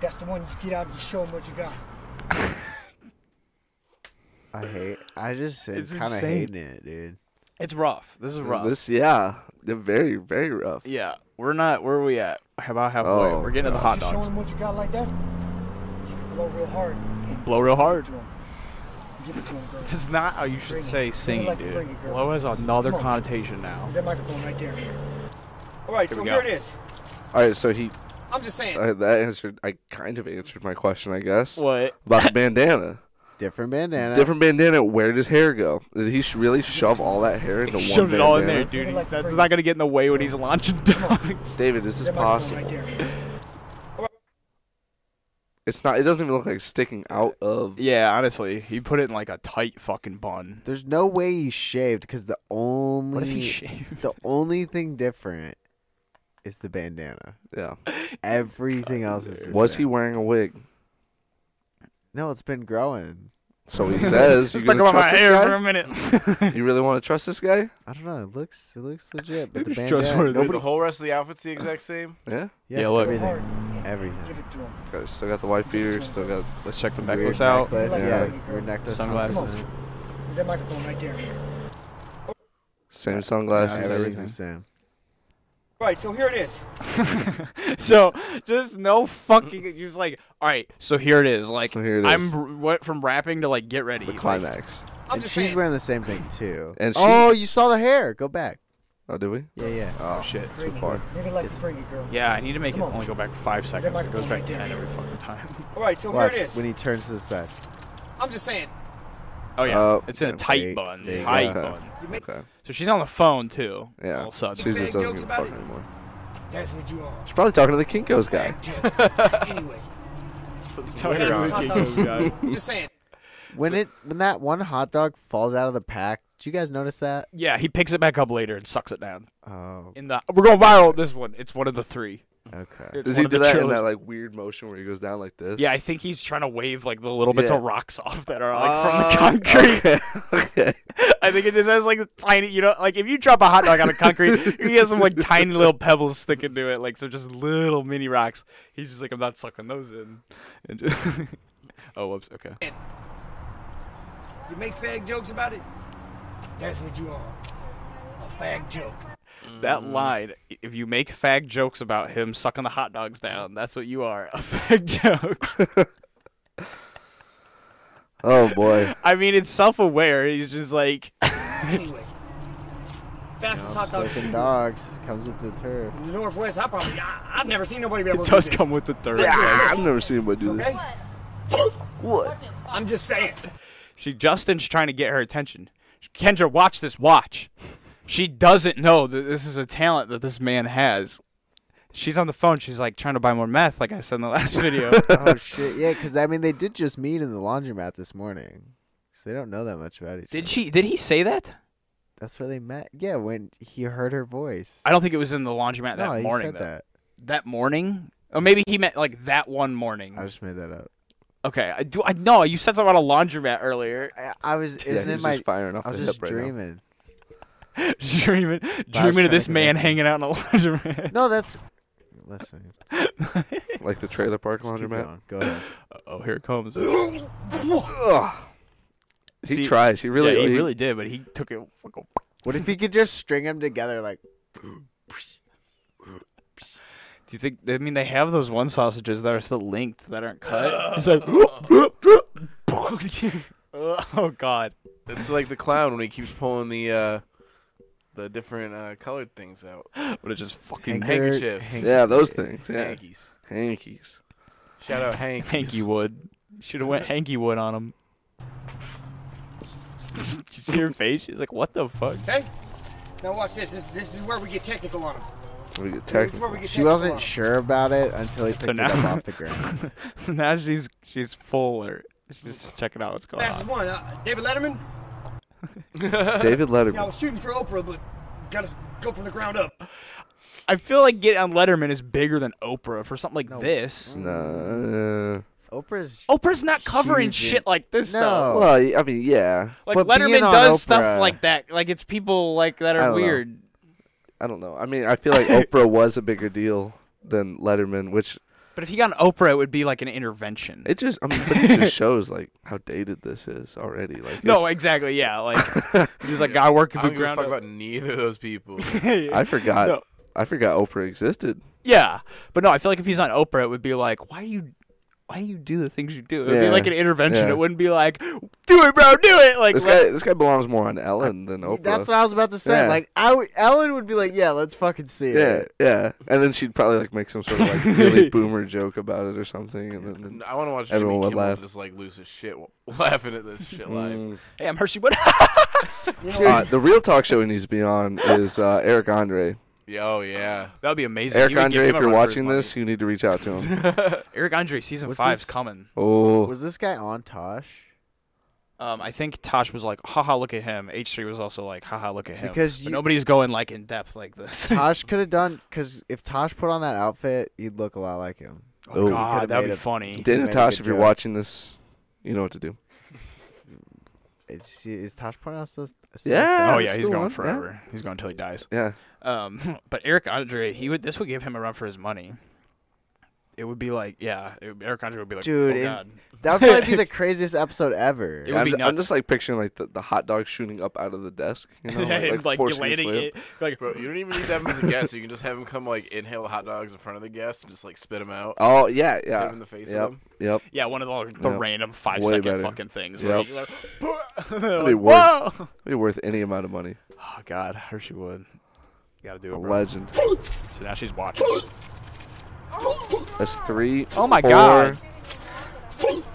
E: That's the one you get out and you show them what you got.
F: I hate. I just
B: It's
F: kind of
B: insane.
F: hating it, dude.
B: It's rough. This is rough.
D: This, yeah, they're very, very rough.
B: yeah, we're not. Where are we at? How about halfway?
D: Oh,
B: we're getting to the hot
E: you show
B: dogs.
E: them what you got like that. You can blow real hard. and
B: Blow real hard.
E: Give it to 'em. Give it to him, girl.
B: That's not how you
E: Bring
B: should
E: it.
B: say
E: You're
B: singing,
E: like a bring
B: dude.
E: it, girl.
B: Blow has another
E: Come on.
B: connotation now.
E: Is that microphone right there? All right, so
B: we
E: here
B: go.
E: it is.
D: All right, so he
E: I'm just saying.
D: uh, that answered. I kind of answered my question, I guess.
B: What?
D: about the bandana?
F: Different bandana.
D: Different bandana. Where does hair go? Did he sh- really shove all that hair into one
B: Shoved it all in there,
D: bandana?
B: dude.
E: You're like a
B: That's
E: bring
B: not
E: it.
B: gonna get in the way when he's launching dogs.
D: David, is
E: Is
D: this
E: that microphone
D: possible?
E: Right there.
D: It's not. It doesn't even look like sticking out of.
B: yeah, honestly, he put it in like a tight fucking bun.
F: There's no way he shaved because the only
B: What if he shaved?
F: the only thing different is the bandana.
D: Yeah.
F: Everything else is the
D: Was he
F: same.
D: wearing a wig?
F: No, it's been growing.
D: So he says, "You
B: Stuck
D: gonna
B: about my
D: trust this
B: hair for a
D: guy?
B: minute.
D: You really want to trust this guy?"
F: I don't know. It looks it looks legit, but
B: Maybe
F: the
B: it's
F: bandana.
B: trustworthy.
G: Wait,
D: Nobody-
G: the whole rest of the outfit's the exact same.
D: Yeah.
F: Yeah,
B: Yeah, look.
F: everything.
H: Hard.
F: Everything.
H: Give it to him.
D: Okay, still got the white beater. Still got.
B: Let's check the
F: Weird
B: necklace out.
F: necklace,
D: Yeah.
F: Yeah. weird necklace.
B: Sunglasses.
H: There's that microphone right there.
D: Same sunglasses,
B: Yeah,
D: everything.
F: Everything's the same.
E: Right, so here it is.
B: so just no fucking. He was like, all right, so here it is. Like
D: So here it
B: I'm
D: is.
B: r- went from rapping to like get ready.
D: The
B: Like,
D: climax.
E: I'm
F: And
E: just
F: she's
E: saying.
F: wearing the same thing too.
D: And she-
F: oh, you saw the hair. Go back.
D: Oh, did we?
F: Yeah, yeah.
B: oh shit.
D: Too far.
H: You're gonna like to bring it, girl.
B: Yeah, I need to make it
H: Come on.
B: only go back five seconds. It goes
H: microphone
B: back
H: right there.
B: ten every fucking time.
E: All right, so
F: Watch
E: here it is.
F: when he turns to the side.
E: I'm just saying.
B: Oh yeah,
D: Oh,
B: it's in a
D: yeah,
B: tight
F: there-
B: bun.
F: there you
B: Tight
D: go.
B: bun.
E: You make
D: Okay.
B: So she's on the phone too.
D: Yeah.
B: All of a sudden.
D: She just doesn't give a
E: about
D: fuck
E: it.
D: anymore.
E: that's what you are.
D: She's probably talking to the Kinkos guy.
E: Bag joke. anyway,
B: Twitter
E: This
B: on.
E: is hot dog. I'm just saying.
F: When it when that one hot dog falls out of the pack, did you guys notice that?
B: Yeah, he picks it back up later and sucks it down.
F: Oh,
B: In the we're going viral. with This one, it's one of the three.
F: okay.
B: It's
D: Does
B: one
D: he
B: of
D: do
B: the
D: that in
B: trilogy.
D: that like weird motion where he goes down like this?
B: Yeah, I think he's trying to wave like the little bits
D: Yeah. Oh,
B: of rocks off that are like from the concrete.
D: Okay. okay.
B: I think it just has like a tiny, you know, like if you drop a hot dog on a concrete, he has some like tiny little pebbles sticking to it, like so just little mini rocks. He's just like, I'm not sucking those in. And just oh, whoops. Okay.
E: You make fag jokes about it. That's what you are. A fag joke.
B: That line, if you make fag jokes about him sucking the hot dogs down, that's what you are, a fag joke.
D: Oh boy.
B: I mean, it's self-aware. He's just like,
E: Anyway, fastest hot dog
F: Slicking
E: in
F: dogs comes with the turf.
E: the Northwest. I probably, I, I've never seen nobody be
B: it
E: able to do
B: does
E: this.
B: come with the third.
D: Yeah, I've never seen anybody do this.
E: Okay? I'm just saying.
B: She Justin's trying to get her attention. Kendra, watch this watch. She doesn't know that this is a talent that this man has. She's on the phone. She's like trying to buy more meth, like I said in the last video.
F: Oh shit! Yeah, because I mean they did just meet in the laundromat this morning, so they don't know that much about each other.
B: did she? Did he say that?
F: That's where they met. Yeah, when he heard her voice.
B: I don't think it was in the laundromat
F: no,
B: that
F: he
B: morning.
F: said
B: though.
F: that.
B: That morning, or maybe he meant like that one morning.
F: I just made that up.
B: okay, I do. I know you said something about a laundromat earlier.
F: I, I was.
D: Yeah,
F: Isn't it
D: he's
F: my?
D: just firing off
F: I was
D: the
F: just
D: hip right now.
F: dreaming.
B: dreaming, dreaming
F: trying to
B: of this
F: convince
B: man
F: him.
B: hanging out in a laundromat.
F: No, that's. Listen.
D: Like the trailer park
F: just keep
D: laundromat.
F: going. Go ahead.
B: Oh, here it comes.
D: Ugh. He
B: See,
D: tries. He really.
B: yeah, he really did, but he took it.
F: What if he could just string them together like?
B: Do you think? I mean, they have those one sausages that are still linked that aren't cut. It's like, oh god,
G: It's like the clown when he keeps pulling the uh, the different uh, colored things out.
B: but it just fucking
F: Hank-
G: Handkerchiefs.
F: Hank-
D: Yeah, those things. Yeah.
G: Hankies.
D: Hankies.
G: Shout out Hank.
B: hanky wood. Should have went hanky wood on him. Did you see her face? She's like, what the fuck?
E: Okay? Now watch this. This, this is where we get technical on him.
D: We get
E: This is where
D: technical.
E: we get
F: She
E: technical on
F: wasn't
E: 'em.
F: sure about it until he picked
B: So
F: it up
B: now-
F: off the ground.
B: now she's she's fuller. She's checking out what's going
E: Fastest
B: on.
E: one. Uh, David Letterman.
D: David
E: Yeah, I was
D: Letterman.
E: shooting for Oprah, but gotta go from the ground up.
B: I feel like Get on Letterman is bigger than Oprah for something like this.
F: Mm.
D: Nah.
F: Oprah's.
B: Oprah's not covering
F: Huge in-
B: shit like this
F: No.
B: though.
D: Well, I mean, yeah.
B: Like
F: But being
B: Letterman
F: on
B: does
F: Oprah-
B: stuff like that. Like it's people like that
D: I
B: are
D: don't know.
B: weird.
D: I don't know. I mean, I feel like Oprah was a bigger deal than Letterman, which
B: But if he got an Oprah, it would be like an intervention.
D: it just I mean, but it just shows like how dated this is already. Like,
B: no,
D: it's-
B: exactly. Yeah, like he was like, "I work
G: I
B: the
G: don't give a
B: ground."
G: fuck
B: Up.
G: about neither of those people.
D: I forgot.
B: No.
D: I forgot Oprah existed.
B: Yeah, but no, I feel like if he's on Oprah, it would be like, "Why do you, why do you do the things you do?" It would be
D: Yeah,
B: like an intervention.
D: yeah.
B: It wouldn't be like, "Do it, bro, do it." Like,
D: This
B: let-
D: guy, this guy belongs more on Ellen than Oprah.
F: That's what I was about to say.
D: Yeah.
F: Like I, w- Ellen would be like, "Yeah, let's fucking see
D: yeah,
F: it."
D: yeah. And then she'd probably like make some sort of like really boomer joke about it or something, and then.
G: I want to watch Jimmy
D: Everyone would
G: Kimmel
D: laugh.
G: just like lose his shit w- laughing at this shit live.
D: Mm.
B: hey, I'm Hershey. What?
D: Uh, the real talk show he needs to be on is uh, Eric Andre.
G: Yeah, oh yeah.
B: That'd be amazing.
D: Eric
B: You would give
D: Andre,
B: him
D: if
B: a
D: you're
B: run for his
D: watching
B: money.
D: this, you need to reach out to him.
B: Eric Andre season
F: What's
B: five's
F: this?
B: coming.
D: Oh,
F: Was this guy on Tosh?
B: Um, I think Tosh was like, "Haha, look at him." H three was also like, "Haha, look at him."
F: Because
B: But
F: you-
B: nobody's going like in depth like this.
F: Tosh could have done because if Tosh put on that outfit, he'd look a lot like him.
B: oh
D: Ooh.
B: God,
F: Could've
B: that'd
F: made
B: be
F: a-
B: funny.
D: Dana
F: made a
D: Tosh,
F: good
D: if you're
F: joke.
D: watching this, you know what to do.
F: Is, she, is Tosh pronounced still? still
D: Yeah.
B: oh
D: that's
B: yeah, he's
D: the
B: gone
D: one, yeah.
B: forever. He's gone until he dies.
D: Yeah.
B: Um, but Eric Andre, he would this would give him a run for his money. It would be like, yeah, it, Eric Andre would be like,
F: Dude,
B: oh,
F: and-
B: God.
F: That would probably be the craziest episode ever.
B: It would
D: I'm,
B: be
D: I'm
B: nuts.
D: just like picturing like the, the hot dog shooting up out of the desk, you know,
B: And,
D: like, like, forcing its
B: landing
D: way up.
B: it, like,
G: Bro, you don't even need to have him as a guest. You can just have him come like inhale hot dogs in front of the guest and just like spit them out.
D: Oh yeah, yeah.
G: him in the face with
D: Yep,
G: them.
D: yep.
B: yeah, one of the, the
D: Yep.
B: random five
D: Way
B: second
D: better.
B: fucking things.
D: Yep.
B: where you're like,
D: It'd be worth,
B: Whoa!
D: it'd be worth any amount of money.
B: Oh God, Hershey would. You gotta do
D: A
B: it, bro.
D: legend.
B: So now she's watching.
D: That's three.
B: Oh my
D: four,
B: God.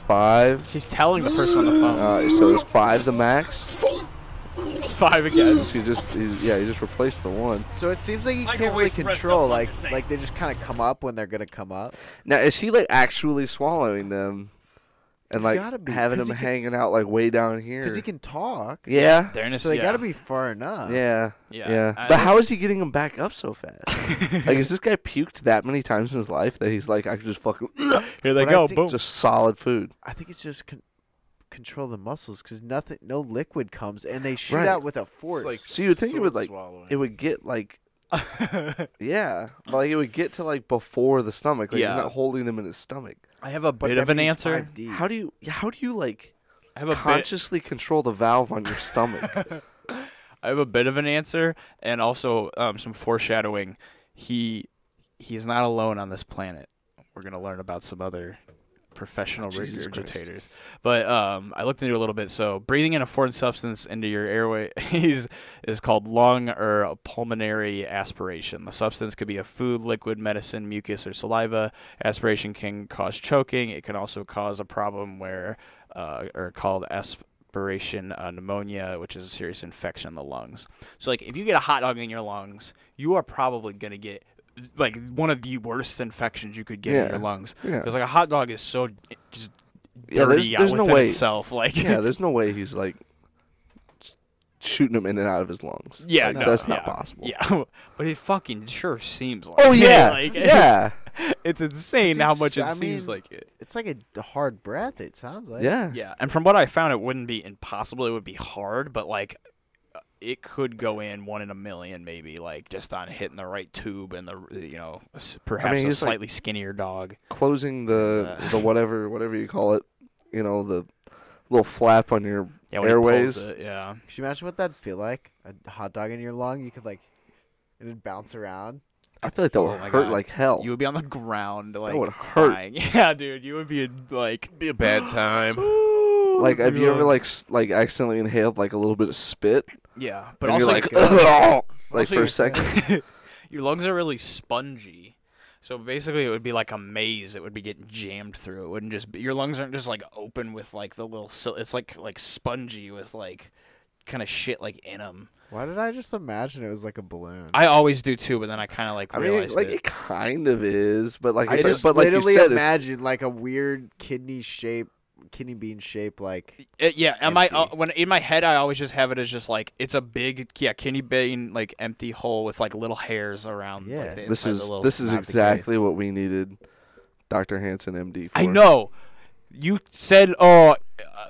D: Five.
B: She's telling the person on the phone.
D: Uh, so it's five the max.
B: Five again.
D: He just, he, yeah, he just replaced the one.
F: So it seems like you
I: Michael
F: can't really
I: Wade's dressed
F: control.
I: up like
F: Like,
I: the saint.
F: like they just kind of come up when they're gonna come up.
D: Now is he like actually swallowing them, and
F: He's
D: like
F: gotta be,
D: having
F: 'cause
D: them
F: he can-
D: hanging out like way down here?
F: Cause he can talk.
D: yeah.
B: They're in a-
F: So they
B: yeah.
F: gotta be far enough.
D: Yeah.
B: Yeah,
D: Yeah.
B: I-
D: but how is he getting him back up so fast? like, is this guy puked that many times in his life that he's like, I could just fucking
B: Here they
F: But I
B: go.
F: think
B: Boom.
D: just solid food?
F: I think it's just con- control the muscles because nothing, no liquid comes, and they shoot
D: Right.
F: out with a force.
G: It's like
D: So you would think it would,
G: sword
D: like,
G: swallowing.
D: It would get like, yeah, but, like it would get to like before the stomach. Like
B: Yeah.
D: he's not holding them in his stomach.
B: I have a
F: But
B: bit
F: that
B: of an
F: means
B: answer.
F: 5D.
D: How do you? How do you like
B: I have a bit.
D: consciously control the valve on your stomach?
B: I have a bit of an answer and also um, some foreshadowing. He he's not alone on this planet. We're gonna learn about some other professional
D: Oh, Jesus Christ.
B: regurgitators. But um, I looked into it a little bit. So breathing in a foreign substance into your airway is is called lung or a pulmonary aspiration. The substance could be a food, liquid, medicine, mucus, or saliva. Aspiration can cause choking. It can also cause a problem where uh, or called aspiration uh, pneumonia, which is a serious infection in the lungs. So like if you get a hot dog in your lungs, you are probably gonna get like one of the worst infections you could get in
D: Yeah.
B: your lungs
D: Yeah.
B: because like a hot dog is so just
D: Yeah,
B: dirty
D: there's- there's
B: out
D: no
B: within
D: way.
B: itself. Like
D: yeah, there's no way he's like sh- shooting them in and out of his lungs.
B: Yeah,
D: Like,
B: no,
D: that's not
B: yeah,
D: possible.
B: Yeah, but it fucking sure seems like.
D: Oh
B: it,
D: yeah,
B: like,
D: yeah,
B: It's insane how much it
F: I
B: seems
F: mean-
B: like it.
F: It's like a d- hard breath. It sounds like.
D: yeah,
B: Yeah, and from what I found, it wouldn't be impossible. It would be hard, but like, uh, it could go in one in a million, maybe. Like just on hitting the right tube and the you know s- perhaps a
D: he's, like-
B: slightly skinnier dog.
D: Closing the
B: Uh.
D: the whatever whatever you call it, you know the little flap on your
B: Yeah, when he pulls
D: airways.
B: it, yeah.
F: Could you imagine what that'd feel like? A hot dog in your lung. You could like, it'd bounce around.
D: I feel like that
B: Oh
D: would
B: my
D: hurt
B: God.
D: like hell.
B: You would be on the ground like
D: would hurt.
B: crying. Yeah, dude, you would be like.
G: be a bad time.
D: like, have you ever like s- like accidentally inhaled like a little bit of spit?
B: Yeah, but
D: and
B: also
D: you're
B: like,
D: like, like,
B: also uh,
D: for
B: your-
D: a second.
B: your lungs are really spongy. So basically, it would be like a maze. It would be getting jammed through. It wouldn't just be, your lungs aren't just like open with like the little. sil- It's like like spongy with like kind of shit like in them.
F: Why did I just imagine it was like a balloon?
B: I always do too, but then I kind of like
D: I mean,
B: realized
D: like
B: it.
D: it kind of is, but like
F: I
D: it's-
F: just
D: but like you
F: literally
D: said, it's-
F: imagine like a weird kidney shape, kidney bean shape, like
B: It- yeah, am I uh,
F: empty.
B: when in my head I always just have it as just like it's a big yeah kidney bean like empty hole with like little hairs around. like,
F: Yeah.
B: the
D: this
B: inside of the
D: is
B: little
D: this is
F: not the
D: exactly
F: case.
D: what we needed, Doctor Hanson, MD. For.
B: I know. You said, "Oh, uh,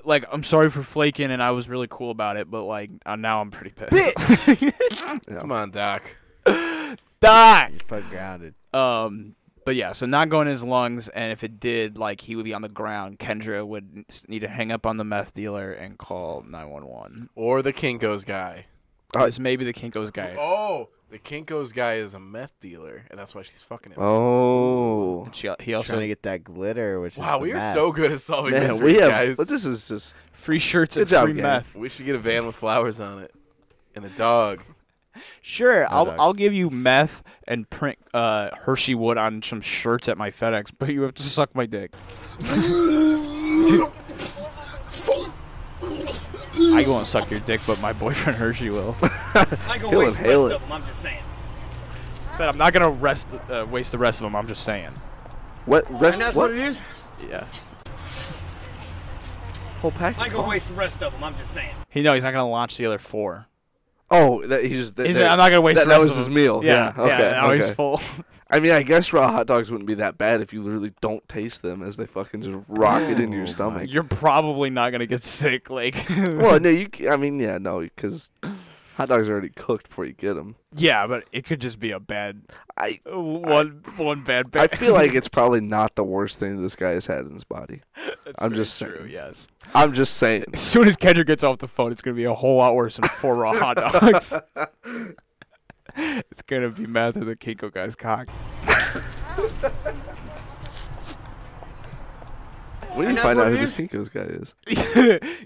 B: like I'm sorry for flaking," and I was really cool about it, but like uh, now I'm pretty pissed.
G: Come on, Doc.
B: Die.
F: fuck grounded.
B: Um, but yeah, so not going in his lungs, and if it did, like he would be on the ground. Kendra would n- s- need to hang up on the meth dealer and call 911.
G: Or the Kinkos guy.
B: Uh, it's maybe the Kinkos guy.
G: Oh, the Kinkos guy is a meth dealer, and that's why she's fucking him.
D: Oh
B: She, he
F: Trying to
B: also
F: get that glitter, which
G: Wow,
F: is the
G: we are
F: meth.
G: so good at solving
D: man,
G: mysteries,
D: we have
G: guys.
D: but this is just
B: free shirts and
D: Good job,
B: free
D: gang.
B: meth.
G: We should get a van with flowers on it and a dog.
B: Sure, I'll
F: dogs.
B: I'll give you meth and print uh, Hershey wood on some shirts at my FedEx, but you have to suck my dick. I won't suck your dick, but my boyfriend Hershey will.
I: Michael
D: He'll
I: Wade's
D: inhale
I: dressed
D: it.
I: up. I'm just saying.
B: Said I'm not gonna rest uh, waste the rest of them. I'm just saying.
D: what rest
I: And that's
D: what
I: what, it is.
B: Yeah.
D: whole pack.
I: Michael Wade's dressed up. I'm just saying.
B: He no, he's not gonna launch the other four.
D: Oh, that he's. That,
B: He's
D: that-
B: like, I'm not gonna waste
D: That,
B: the
D: that
B: rest
D: was
B: of
D: his
B: them."
D: meal. Yeah.
B: yeah,
D: okay.
B: now he's
D: okay.
B: full.
D: I mean, I guess raw hot dogs wouldn't be that bad if you literally don't taste them as they fucking just rocket into your stomach.
B: You're probably not gonna get sick. Like,
D: Well, no, you. c- I mean, yeah, no, because hot dogs are already cooked before you get them.
B: yeah, but it could just be a bad
D: I
B: one. one bad.
D: I
B: bad.
D: feel like it's probably not the worst thing this guy has had in his body.
B: That's
D: I'm
B: very
D: just
B: true.
D: saying.
B: Yes.
D: I'm just saying.
B: As soon as Kendrick gets off the phone, it's gonna be a whole lot worse than four raw hot dogs. it's gonna be mad through the Kinko guy's cock.
D: We need to find out who this Kinko's guy is.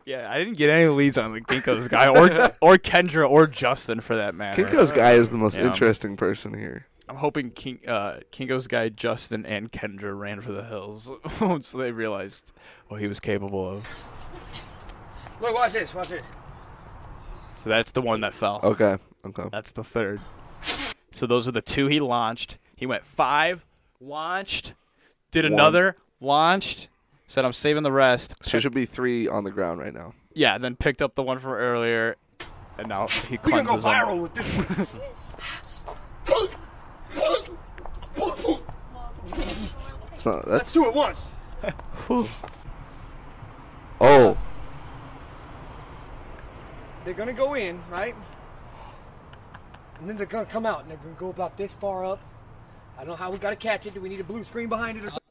B: yeah, I didn't get any leads on the Kinko's guy or or Kendra or Justin for that matter.
D: Kinko's guy is the most
B: Yeah.
D: interesting person here.
B: I'm hoping King, uh, Kinko's guy Justin and Kendra ran for the hills once they realized what he was capable of.
E: Look, watch this, watch this.
B: So that's the one that fell.
D: Okay. Okay.
B: That's the third. So those are the two he launched. He went five, launched, did another, launched, said I'm saving the rest.
D: So there should be three on the ground right now.
B: Yeah, then picked up the one from earlier, and now he cleanses them.
A: with this one.
D: It's not. That's
A: Do it once.
D: oh.
E: They're gonna go in, right? And then they're gonna come out, and they're gonna go about this far up. I don't know how we gotta catch it. Do we need a blue screen behind it or something?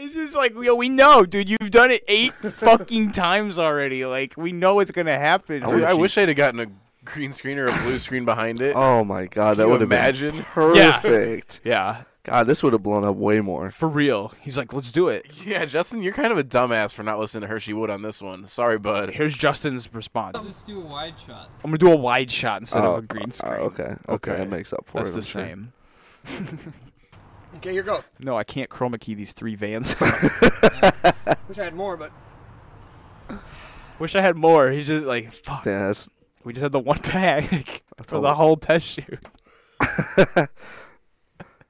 B: It's just like, yo, we know, dude. You've done it eight fucking times already. Like, we know it's gonna happen.
G: I, I wish I'd have gotten a green screen or a blue screen behind it.
D: Oh my God. That
G: you
D: would have
G: imagine?
D: been
B: Yeah.
D: perfect.
B: Yeah,
D: God, this would have blown up way more.
B: for real. He's like, let's do it.
G: Yeah, Justin, you're kind of a dumbass for not listening to Hershey Wood on this one. Sorry, bud.
B: Here's Justin's response.
G: Oh.
I: I'll just do a wide shot.
B: I'm gonna do a wide shot instead
D: oh,
B: of a green
D: oh,
B: screen.
D: okay. Okay. That makes up for
B: That's
D: it.
B: the
D: I'm sure.
B: same.
E: Okay, here goes.
B: No, I can't chroma key these three vans.
E: Wish I had more, but
B: Wish I had more. He's just like, fuck.
D: Yeah, that's
B: We just had the one bag for
D: all
B: the
D: we-
B: whole test shoot.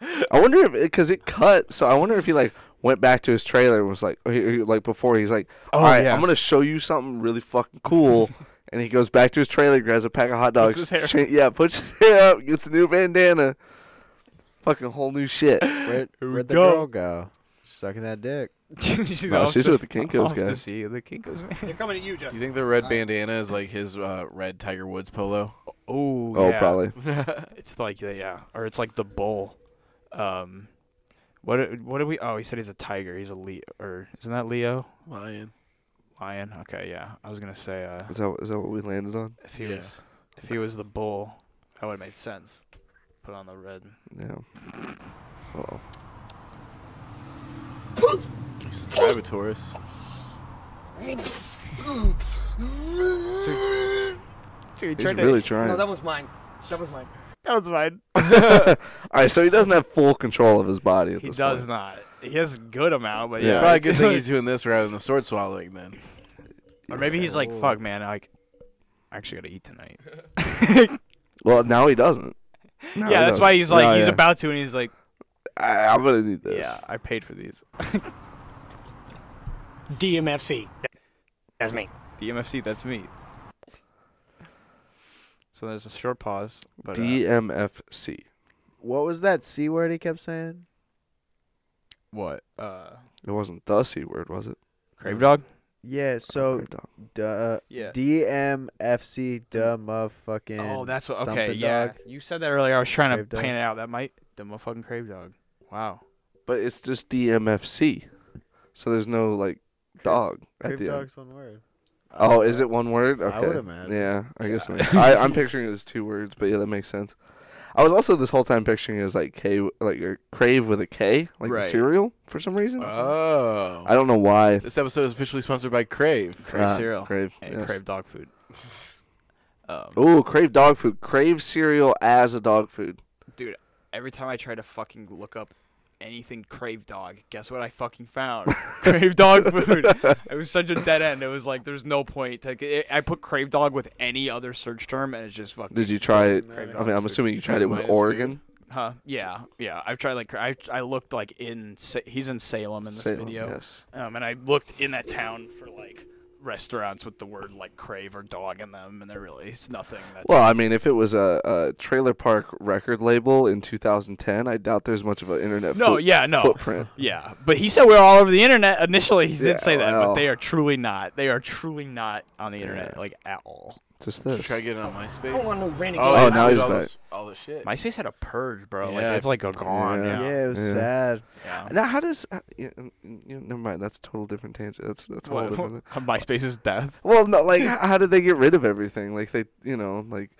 D: I wonder if because it cut. So I wonder if he like went back to his trailer and was like, or he- or like before he's like, all right,
B: Oh, yeah.
D: I'm gonna show you something really fucking cool. and he goes back to his trailer, grabs a pack of hot dogs.
B: his hair
D: cha- yeah, puts his hair up, gets a new bandana. Fucking whole new shit. Oh,
F: Where'd,
B: Here we
F: where'd the
B: go.
F: girl go? Sucking that dick.
B: she's
D: No,
B: off
D: she's
B: to-
D: with the Kinko's
B: off
D: guy.
B: To see the Kinko's
E: they're
B: man.
E: coming at you, Justin.
G: Do you think the red bandana is like his uh, red Tiger Woods polo?
B: Oh,
D: Oh,
B: yeah.
D: probably.
B: It's like the yeah, or it's like the bull. Um, what what did we? Oh, he said he's a tiger. He's a Leo, or isn't that Leo?
G: Lion.
B: Lion. Okay, yeah. I was gonna say uh,
D: Is that is that what we landed on?
B: if he
G: Yeah.
B: was if he was the bull, that would have made sense. Put on the red.
D: Yeah. Oh,
G: He's a Taurus.
B: Dude,
D: he's really trying.
E: No, that was mine. That was mine.
B: that was mine.
D: all right, so he doesn't have full control of his body. At
B: He
D: this
B: does
D: point.
B: not. He has a good amount, but
D: Yeah.
B: yeah.
G: Probably a good thing he's doing this rather than the sword swallowing then.
B: Or maybe he's like, "Fuck, man, like, I actually gotta eat tonight."
D: Well, now he doesn't. Now he
B: yeah, that's
D: doesn't.
B: why he's like,
D: Oh, No,
B: he's
D: yeah.
B: about to, and he's like,
D: I, I'm gonna need this.
B: "Yeah, I paid for these."
E: DMFC. That's me.
B: The MFC, that's me. So there's a short pause, but uh,
D: DMFC.
F: What was that c word he kept saying?
B: what? Uh,
D: It wasn't the c word, was it?
B: Crave Dog.
F: Yeah. So
D: Crave dog.
F: duh, uh,
B: Yeah.
F: DMFC duh motherfucking.
B: Oh, that's what. Okay,
F: something
B: yeah.
F: dog.
B: You said that earlier. I was trying
F: Crave
B: to
F: Dog.
B: pan it out. That might the motherfucking Crave Dog. Wow.
D: But it's just DMFC. So there's no like dog at
F: Crave
D: the end.
F: dog's one word.
D: Oh, is it one word? Okay.
F: I would imagine.
D: Yeah, I guess. it makes- I, I'm picturing it as two words, but yeah, that makes sense. I was also this whole time picturing it as like K, like or crave with a K, like the
B: Right.
D: cereal for some reason.
G: Oh.
D: I don't know why.
G: This episode is officially sponsored by Crave.
B: Crave
D: Uh,
B: cereal.
D: Crave,
B: And
D: yes.
B: Crave dog food. Um,
D: Ooh, crave dog food. Crave cereal as a dog food.
B: dude, every time I try to fucking look up anything Crave Dog, guess what I fucking found? Crave Dog food. It was such a dead end. It was like there's no point. Like it, I put Crave Dog with any other search term, and it's just fucking.
D: Did you try it?
B: Crave
D: I
B: Dog
D: mean, I'm
B: food.
D: assuming you tried it with
G: Minus food.
D: Oregon.
B: Huh? Yeah, yeah. I've tried like I I looked like in Sa- he's in Salem in this
D: Salem,
B: video.
D: yes.
B: Um, and I looked in that town for like restaurants with the word like crave or dog in them, and they're really it's nothing. That's,
D: Well, I mean, if it was a, a trailer park record label in 2010, I doubt there's much of an internet
B: no,
D: foot-
B: yeah, no,
D: footprint.
B: yeah. But he said we are all over the internet initially. He
D: Yeah,
B: did say that,
D: well.
B: but they are truly not. They are truly not on the internet like at all.
D: Just this.
G: Should I get it on MySpace?
E: I want no renegade.
G: Oh,
D: Oh, now
G: dude,
D: he's
G: all
D: back.
G: this- All the shit.
B: MySpace had a purge, bro.
G: Yeah.
B: Like it's like a gone.
D: Yeah.
B: Yeah.
F: Yeah, it was
D: Yeah.
F: sad.
B: yeah.
D: Now, how does uh, you know, never mind? That's a total different tangent. That's that's a whole
B: What,
D: different.
B: MySpace's death.
D: Well, no, like h- how did they get rid of everything? Like they, you know, like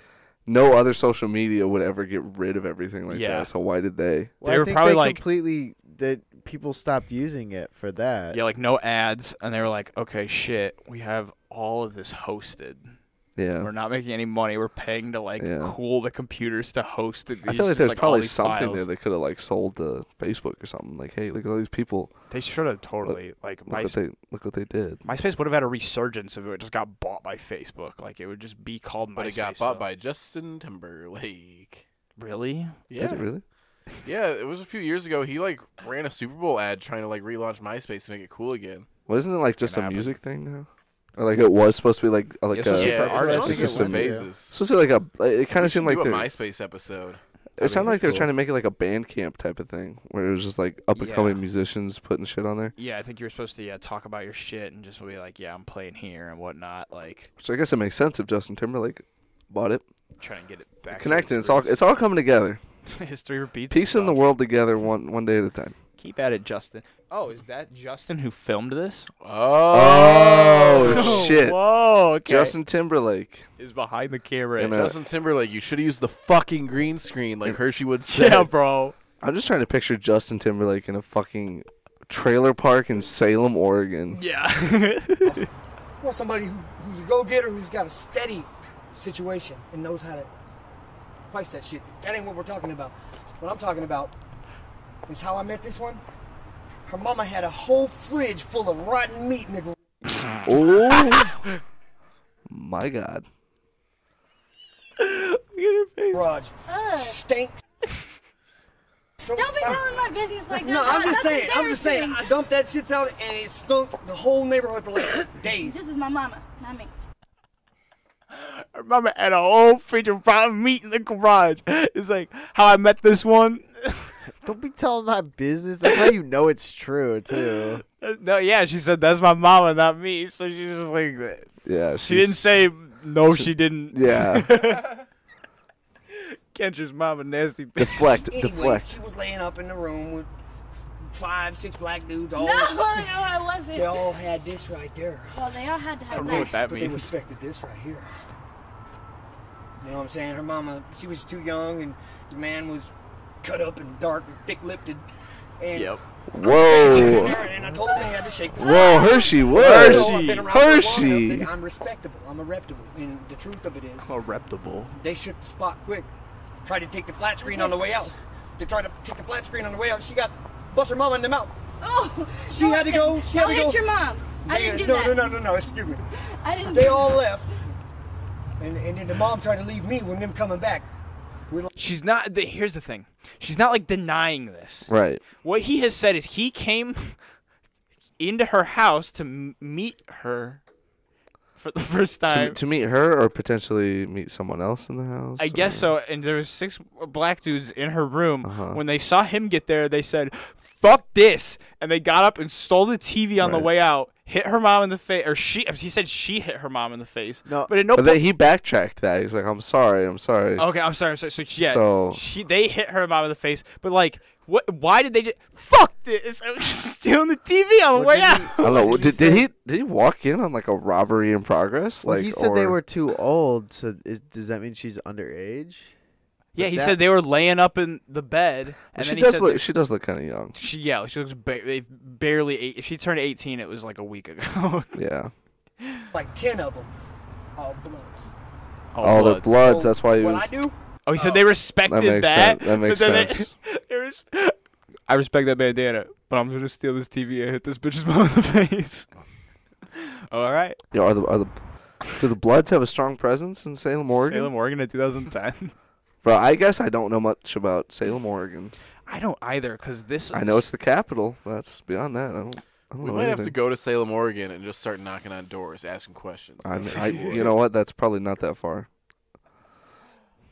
D: no other social media would ever get rid of everything like
B: Yeah.
D: that. So why did they?
F: Well,
B: They
F: I
B: were
F: think
B: probably
F: they
B: like-
F: completely that people stopped using it for that.
B: Yeah, like no ads, and they were like, "Okay, shit, we have all of this hosted.
D: Yeah.
B: We're not making any money. We're paying to like
D: Yeah.
B: cool the computers to host it.
D: I
B: these-
D: feel like
B: just,
D: there's
B: all
D: probably
B: these
D: something
B: files."
D: there they could have like sold to Facebook or something. Like, hey, look at all these people.
B: They should have totally like
D: Look what
B: MySpace.
D: they look what they did.
B: MySpace would have had a resurgence if it just got bought by Facebook. Like it would just be called MySpace.
G: But it got bought
B: though.
G: by Justin Timberlake.
B: really?
G: Yeah,
D: Did it really?
G: yeah. It was a few years ago. He like ran a Super Bowl ad trying to like relaunch MySpace to make it cool again.
D: Wasn't it like just a
B: happen.
D: music thing now? Or like it was supposed to be like like
B: it's
D: a
B: supposed to be
G: yeah,
B: for
G: it's
B: artists.
D: I
G: going
D: think
G: through
D: Uh, it's been-
G: phases.
D: supposed to be like a. like, It kind
G: We
D: of
G: should
D: seemed like
G: do a
D: they're,
G: MySpace episode.
D: it sounded like they were trying to make it like a band camp type of thing where it was just like up and coming
B: Yeah.
D: musicians putting shit on there.
B: Yeah, I think you were supposed to yeah, talk about your shit and just be like, yeah, I'm playing here and whatnot. Like
D: So I guess it makes sense if Justin Timberlake bought it.
B: trying to get it back. to
D: Connecting, it's all it's all coming together.
B: history repeats.
D: Piecing the
B: itself.
D: world together one one day at a time.
B: Keep at it, Justin. Oh, is that Justin who filmed this?
G: Oh,
D: Oh shit!
B: Whoa, okay.
D: Justin Timberlake.
B: is behind the camera.
D: And, uh,
G: Justin Timberlake, you should have used the fucking green screen like Hershey would say.
B: yeah, bro.
D: I'm just trying to picture Justin Timberlake in a fucking trailer park in Salem, Oregon.
B: Yeah.
E: want somebody who, who's a go-getter, who's got a steady situation and knows how to price that shit. That ain't what we're talking about. What I'm talking about is how I met this one. Her mama had a whole fridge full of rotten meat in the gar-
D: Oh my god!
E: garage. Stink.
H: Don't be telling my business like that.
E: uh, Ah. No, I'm
H: That's
E: just saying. I'm just saying. I
H: embarrassing.
E: dumped that shit out, and it stunk the whole neighborhood for like days.
H: This is my mama, not me.
B: I remember at a whole fridge of rotten meat in the garage. It's like how I met this one.
F: Don't be telling my business. That's how you know it's true too.
B: Uh, no, yeah, she said that's my mama, not me. So she's just like that.
D: Yeah,
B: She didn't say no. She didn't.
D: Yeah,
B: Kendra's mama nasty bitch.
D: deflect,
E: Anyway,
D: deflect.
E: she was laying up in the room with five, six black dudes. All
H: No, no, I wasn't.
E: they all had this right there.
H: Well, they all had to have
B: don't know what
H: that.
B: that
E: But they
B: means.
E: respected this right here. You know what I'm saying? Her mama, she was too young, and the man was cut up and dark and thick-lipped, and, and
B: Yep.
D: Whoa,
E: And I told them they had to shake. the
D: whoa, Hershey, whoa,
E: So
B: Hershey.
E: I've been around for long enough
D: Hershey.
E: that I'm respectable. I'm a reputable, and the truth of it is,
B: A reputable.
E: they shook the spot quick. Tried to take the flat screen on the way out. They tried to take the flat screen on the way out. She got bust her mama in the mouth.
H: Oh,
E: She
H: don't
E: had to
H: hit-
E: go- she had
H: don't
E: to
H: hit
E: go-
H: your mom. I
E: They-
H: didn't do
E: no,
H: that.
E: No, no, no, no. Excuse me.
H: I didn't.
E: They
H: do
E: all left. And, and then the mom tried to leave me when them coming back.
B: She's not. The, here's the thing. She's not like denying this.
D: Right.
B: What he has said is he came into her house to m- meet her for the first
D: To,
B: time.
D: to meet her or potentially meet someone else in the house.
B: I guess
D: or-
B: so. And there was six black dudes in her room.
D: Uh-huh.
B: When they saw him get there, they said, "Fuck this!" And they got up and stole the TV on the
D: Right.
B: way out. Hit her mom in the face, or she. He said she hit her mom in the face.
F: No,
B: but at no
D: But
B: point.
D: then he backtracked that. He's like, "I'm sorry, I'm sorry."
B: Okay, I'm sorry. I'm sorry. So she- yeah,
D: So-
B: she they hit her mom in the face. But like, what? Why did they just fuck this? I was just stealing the TV on the way out.
D: I don't know.
F: What
D: Did,
F: did he
D: did he
F: say?
D: did he walk in on like a robbery in progress?
F: Well,
D: like
F: he said they
D: or-
F: were too old. So is, does that mean she's underage?
B: Yeah, he
F: that-
B: said they were laying up in the bed,
D: Well,
B: and
D: she
B: then he
D: does
B: said
D: look.
B: that-
D: She does look kind of young.
B: she yeah, she looks ba- they barely eight. If she turned eighteen, it was like a week ago.
D: Yeah.
E: Like ten of them, all bloods.
D: Oh, the
B: Bloods.
D: bloods.
E: So
D: That's why he
E: what
D: was.
E: I do?
B: Oh, he said they
D: That
B: respected
D: makes
B: that.
D: sense. That makes
B: but then they-
D: sense.
B: they res- I respect that bandana, but I'm gonna steal this TV and hit this bitch's mom in the face. All right,
D: Yeah, are the, are the do the Bloods have a strong presence in Salem, Oregon?
B: Salem, Oregon, in 2010.
D: Bro, I guess I don't know much about Salem, Oregon.
B: I don't either, cause this.
D: I know it's the capital. but That's beyond that. I don't. don't
G: We
D: know
G: might have to
D: anything.
G: go to Salem, Oregon, and just start knocking on doors, asking questions.
D: I, mean, I, you know what? That's probably not that far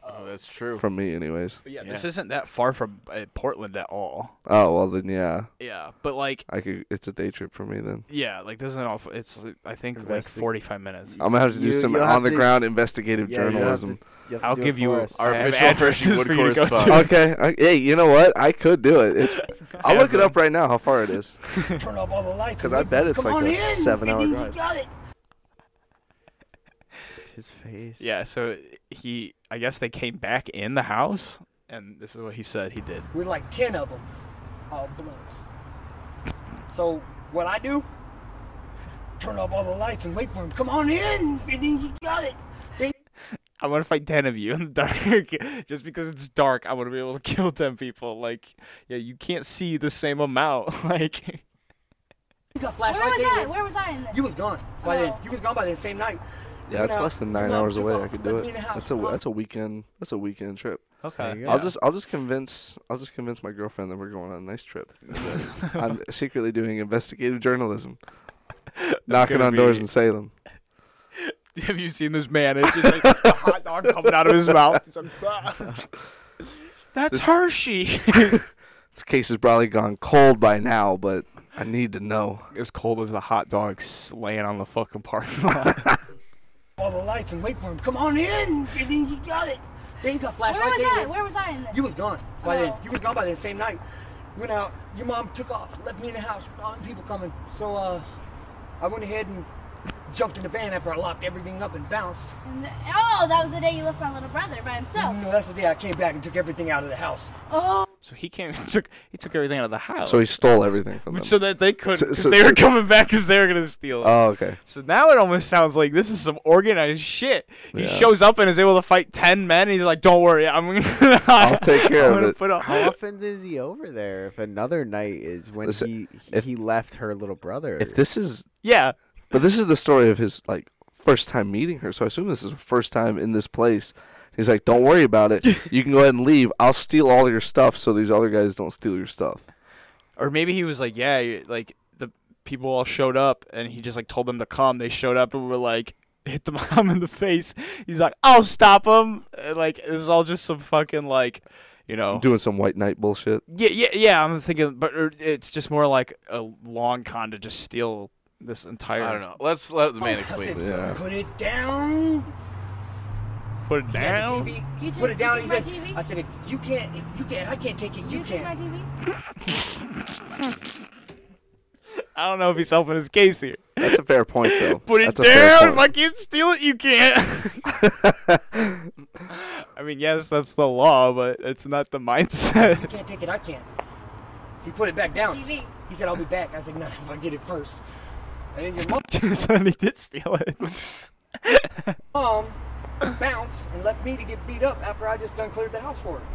G: Oh, that's true.
D: from me, anyways.
B: But yeah,
G: Yeah.
B: this isn't that far from uh, Portland at all.
D: Oh well, then yeah,
B: Yeah, but like,
D: I could. It's a day trip for me then.
B: yeah, like this isn't all. It's like, I think like
F: Investi-
B: forty-five minutes.
D: I'm gonna have to do
F: You-
D: some
F: you'll have
D: on the
F: to-
D: ground investigative
F: Yeah, you have to-
D: journalism.
F: you have to
B: I'll
F: do it
B: give you
F: for us.
G: Our
B: I have
G: official
B: addresses
G: Wood
B: for you to go
G: correspondent.
B: to.
D: okay. I, hey, you know what? I could do it. It's. I'll look it up right now. How far it is?
A: Turn off all the lights.
D: Because I bet it's
H: Come
D: like
H: on
D: a
H: in.
D: seven-hour
H: Vinny,
D: drive.
H: You got it.
F: His face.
B: Yeah, so he, I guess they came back in the house, and this is what he said he did.
E: We're like 10 of them, all blunts. So, what I do?
A: Turn off all the lights and wait for him.
E: Come on in, Vinny, you got it.
B: I want to fight ten of you in the dark, just because it's dark. I want to be able to kill ten people. Like, yeah, you can't see the same amount. Like,
E: You got
H: Where
E: flashlights
H: was
E: in
H: I?
E: here.
H: Where was I in this?
E: You was gone by then.
H: Oh.
E: You was gone by the same night.
D: Yeah, it's
E: No.
D: less than nine
E: No,
D: hours
E: too
D: away.
E: long.
D: I could
E: Let
D: do
E: me
D: it.
E: in the house.
D: That's a
E: Come on.
D: that's a weekend. That's a weekend trip.
B: okay,
D: I'll just I'll just convince I'll just convince my girlfriend that we're going on a nice trip. And then I'm secretly doing investigative journalism, knocking
B: gonna
D: on doors
B: be-
D: in Salem.
B: have you seen this man? It's just like a hot dog coming out of his mouth. He's like, "Ah." That's Hershey.
D: This case has probably gone cold by now, but I need to know.
B: as cold as the hot dog slaying on the fucking parking lot.
E: All the lights and wait for him. Come on in, Vinny, you got it. Then you got
H: Where
E: flashlights
H: was
E: in
H: I?
E: here.
H: Where was I in this?
E: You was gone by then.
H: Oh.
E: You was gone by the same night. Went out. Your mom took off, left me in the house, all the people coming. So uh, I went ahead and jumped in the van after I locked everything up and bounced.
H: And the- oh, that was the day you left my little brother by himself.
E: No, that's the day I came back and took everything out of the house.
B: so he came and took he took everything out of the house.
D: So he stole everything from them.
B: so Uh, that they couldn't.
D: So-
B: 'cause
D: so-
B: they were
D: so-
B: coming back because they were gonna steal. it.
D: oh, okay.
B: so now it almost sounds like this is some organized shit. He
D: Yeah.
B: shows up and is able to fight ten men. And he's like, "Don't worry, I'm gonna. I'll
D: take care
B: I'm
D: of
B: gonna
D: it."
B: Put up.
F: How often is he over there? If another night is when
D: Listen,
F: he
D: if-
F: he left her little brother.
D: If this is
B: Yeah,
D: but this is the story of his like first time meeting her. So I assume this is the first time in this place. He's like, "Don't worry about it. You can go ahead and leave. I'll steal all your stuff so these other guys don't steal your stuff."
B: or maybe he was like, "Yeah, you- like the people all showed up and he just like told them to come. They showed up and were like." Hit the mom in the face. He's like, "I'll stop him." And, like this is all just some fucking like, you know,
D: Doing some white knight bullshit.
B: Yeah, yeah, yeah. I'm thinking, but er, it's just more like a long con to just steal this entire.
G: I don't know. Let's let the man
E: I
G: explain
E: said,
G: himself.
E: Put it down.
B: Put it
E: He had the
B: down.
E: TV.
H: You took-
E: put it down.
H: you
E: He
H: took
E: said,
H: my TV?
E: "I said if you can't, if you can't, I can't take it. You,
H: You took
E: can't."
H: my TV.
B: I don't know if he's helping his case here.
D: That's a fair point, though.
B: Put it
D: That's a fair
B: down. If I
D: point.
B: can't steal it, you can't. I mean, yes, that's the law, but it's not the mindset.
E: You can't take it. I can't. He put it back down.
H: TV.
E: He said, "I'll be back." I said, "Nah, if I get it first. And then your mom-
B: so then he did steal it.
E: mom bounced um, and left me to get beat up after I just done cleared the house for her.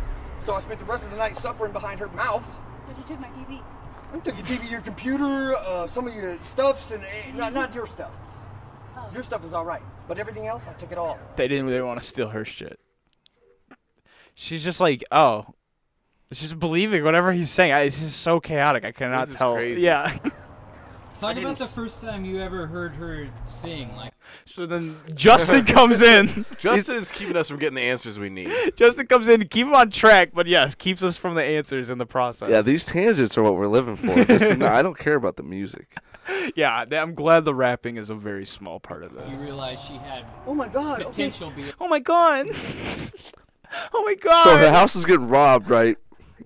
E: So I spent the rest of the night suffering behind her mouth.
H: But you took my TV.
E: I took your TV, your computer, uh, some of your stuffs, and eh, not not your stuff.
H: Oh.
E: Your stuff was all right, but everything else, I took it all.
B: they didn't really want to steal her shit. She's just like, oh. She's believing whatever he's saying. I, this is so chaotic. I cannot
G: is
B: tell.
G: crazy.
B: Yeah.
I: Talk about the first time you ever heard her sing. Like,
B: So then Justin comes in.
G: Justin is keeping us from getting the answers we need.
B: Justin comes in to keep him on track, but yes, keeps us from the answers in the process.
D: Yeah, these tangents are what we're living for. This is not- I don't care about the music.
B: yeah. th- I'm glad the rapping is a very small part of
I: you
B: this.
I: realize she had
E: Oh my God! Okay,
I: potential beyond.
B: Oh my god. oh my god.
D: So the house is getting robbed, right?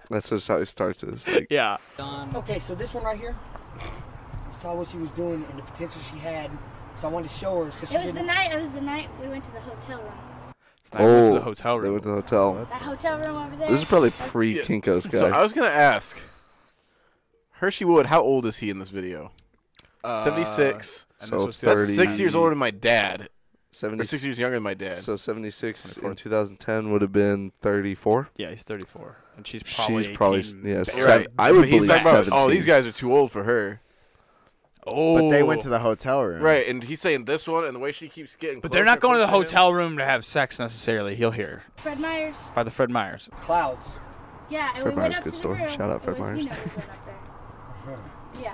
D: That's just how he starts this. Like,
B: Yeah.
E: Okay, so this one right here, I saw what she was doing and the potential she had, so I wanted to show her. So she
H: It was the
E: didn't.
H: night. It was the night we went to the hotel room.
B: It's not oh, to
D: oh,
B: the hotel
D: They
B: room.
D: went to the hotel.
H: That hotel room over there.
D: This is probably pre Kinkos guy.
G: So I was gonna ask, Hershey Wood, how old is he in this video? Seventy six.
B: And
D: so
B: this was the-
G: That's
D: 30.
G: six years older than my dad, or
D: 70,
G: six years younger than my dad.
D: So 76 in 2010 would have been 34.
B: yeah, he's 34, and she's probably.
D: She's probably
B: 18.
D: yeah. Seven,
G: You're right.
D: I would
G: But he's
D: believe
G: talking about,
D: seventeen.
G: oh, these guys are too old for her.
B: Oh.
F: but they went to the hotel room.
G: Right, and he's saying this one, and the way she keeps getting.
B: But they're
G: closer
B: not going to the
G: and closer him.
B: hotel room to have sex necessarily. He'll hear
H: Fred Meyer's.
B: by the Fred Myers.
E: Clouds.
H: Yeah, and
D: Fred
H: we
D: Meyer's
H: went up
D: good
H: to
D: store.
H: the room.
D: Shout out
H: It
D: Fred
H: was-
D: Meyer's.
H: You know, we went up there. yeah,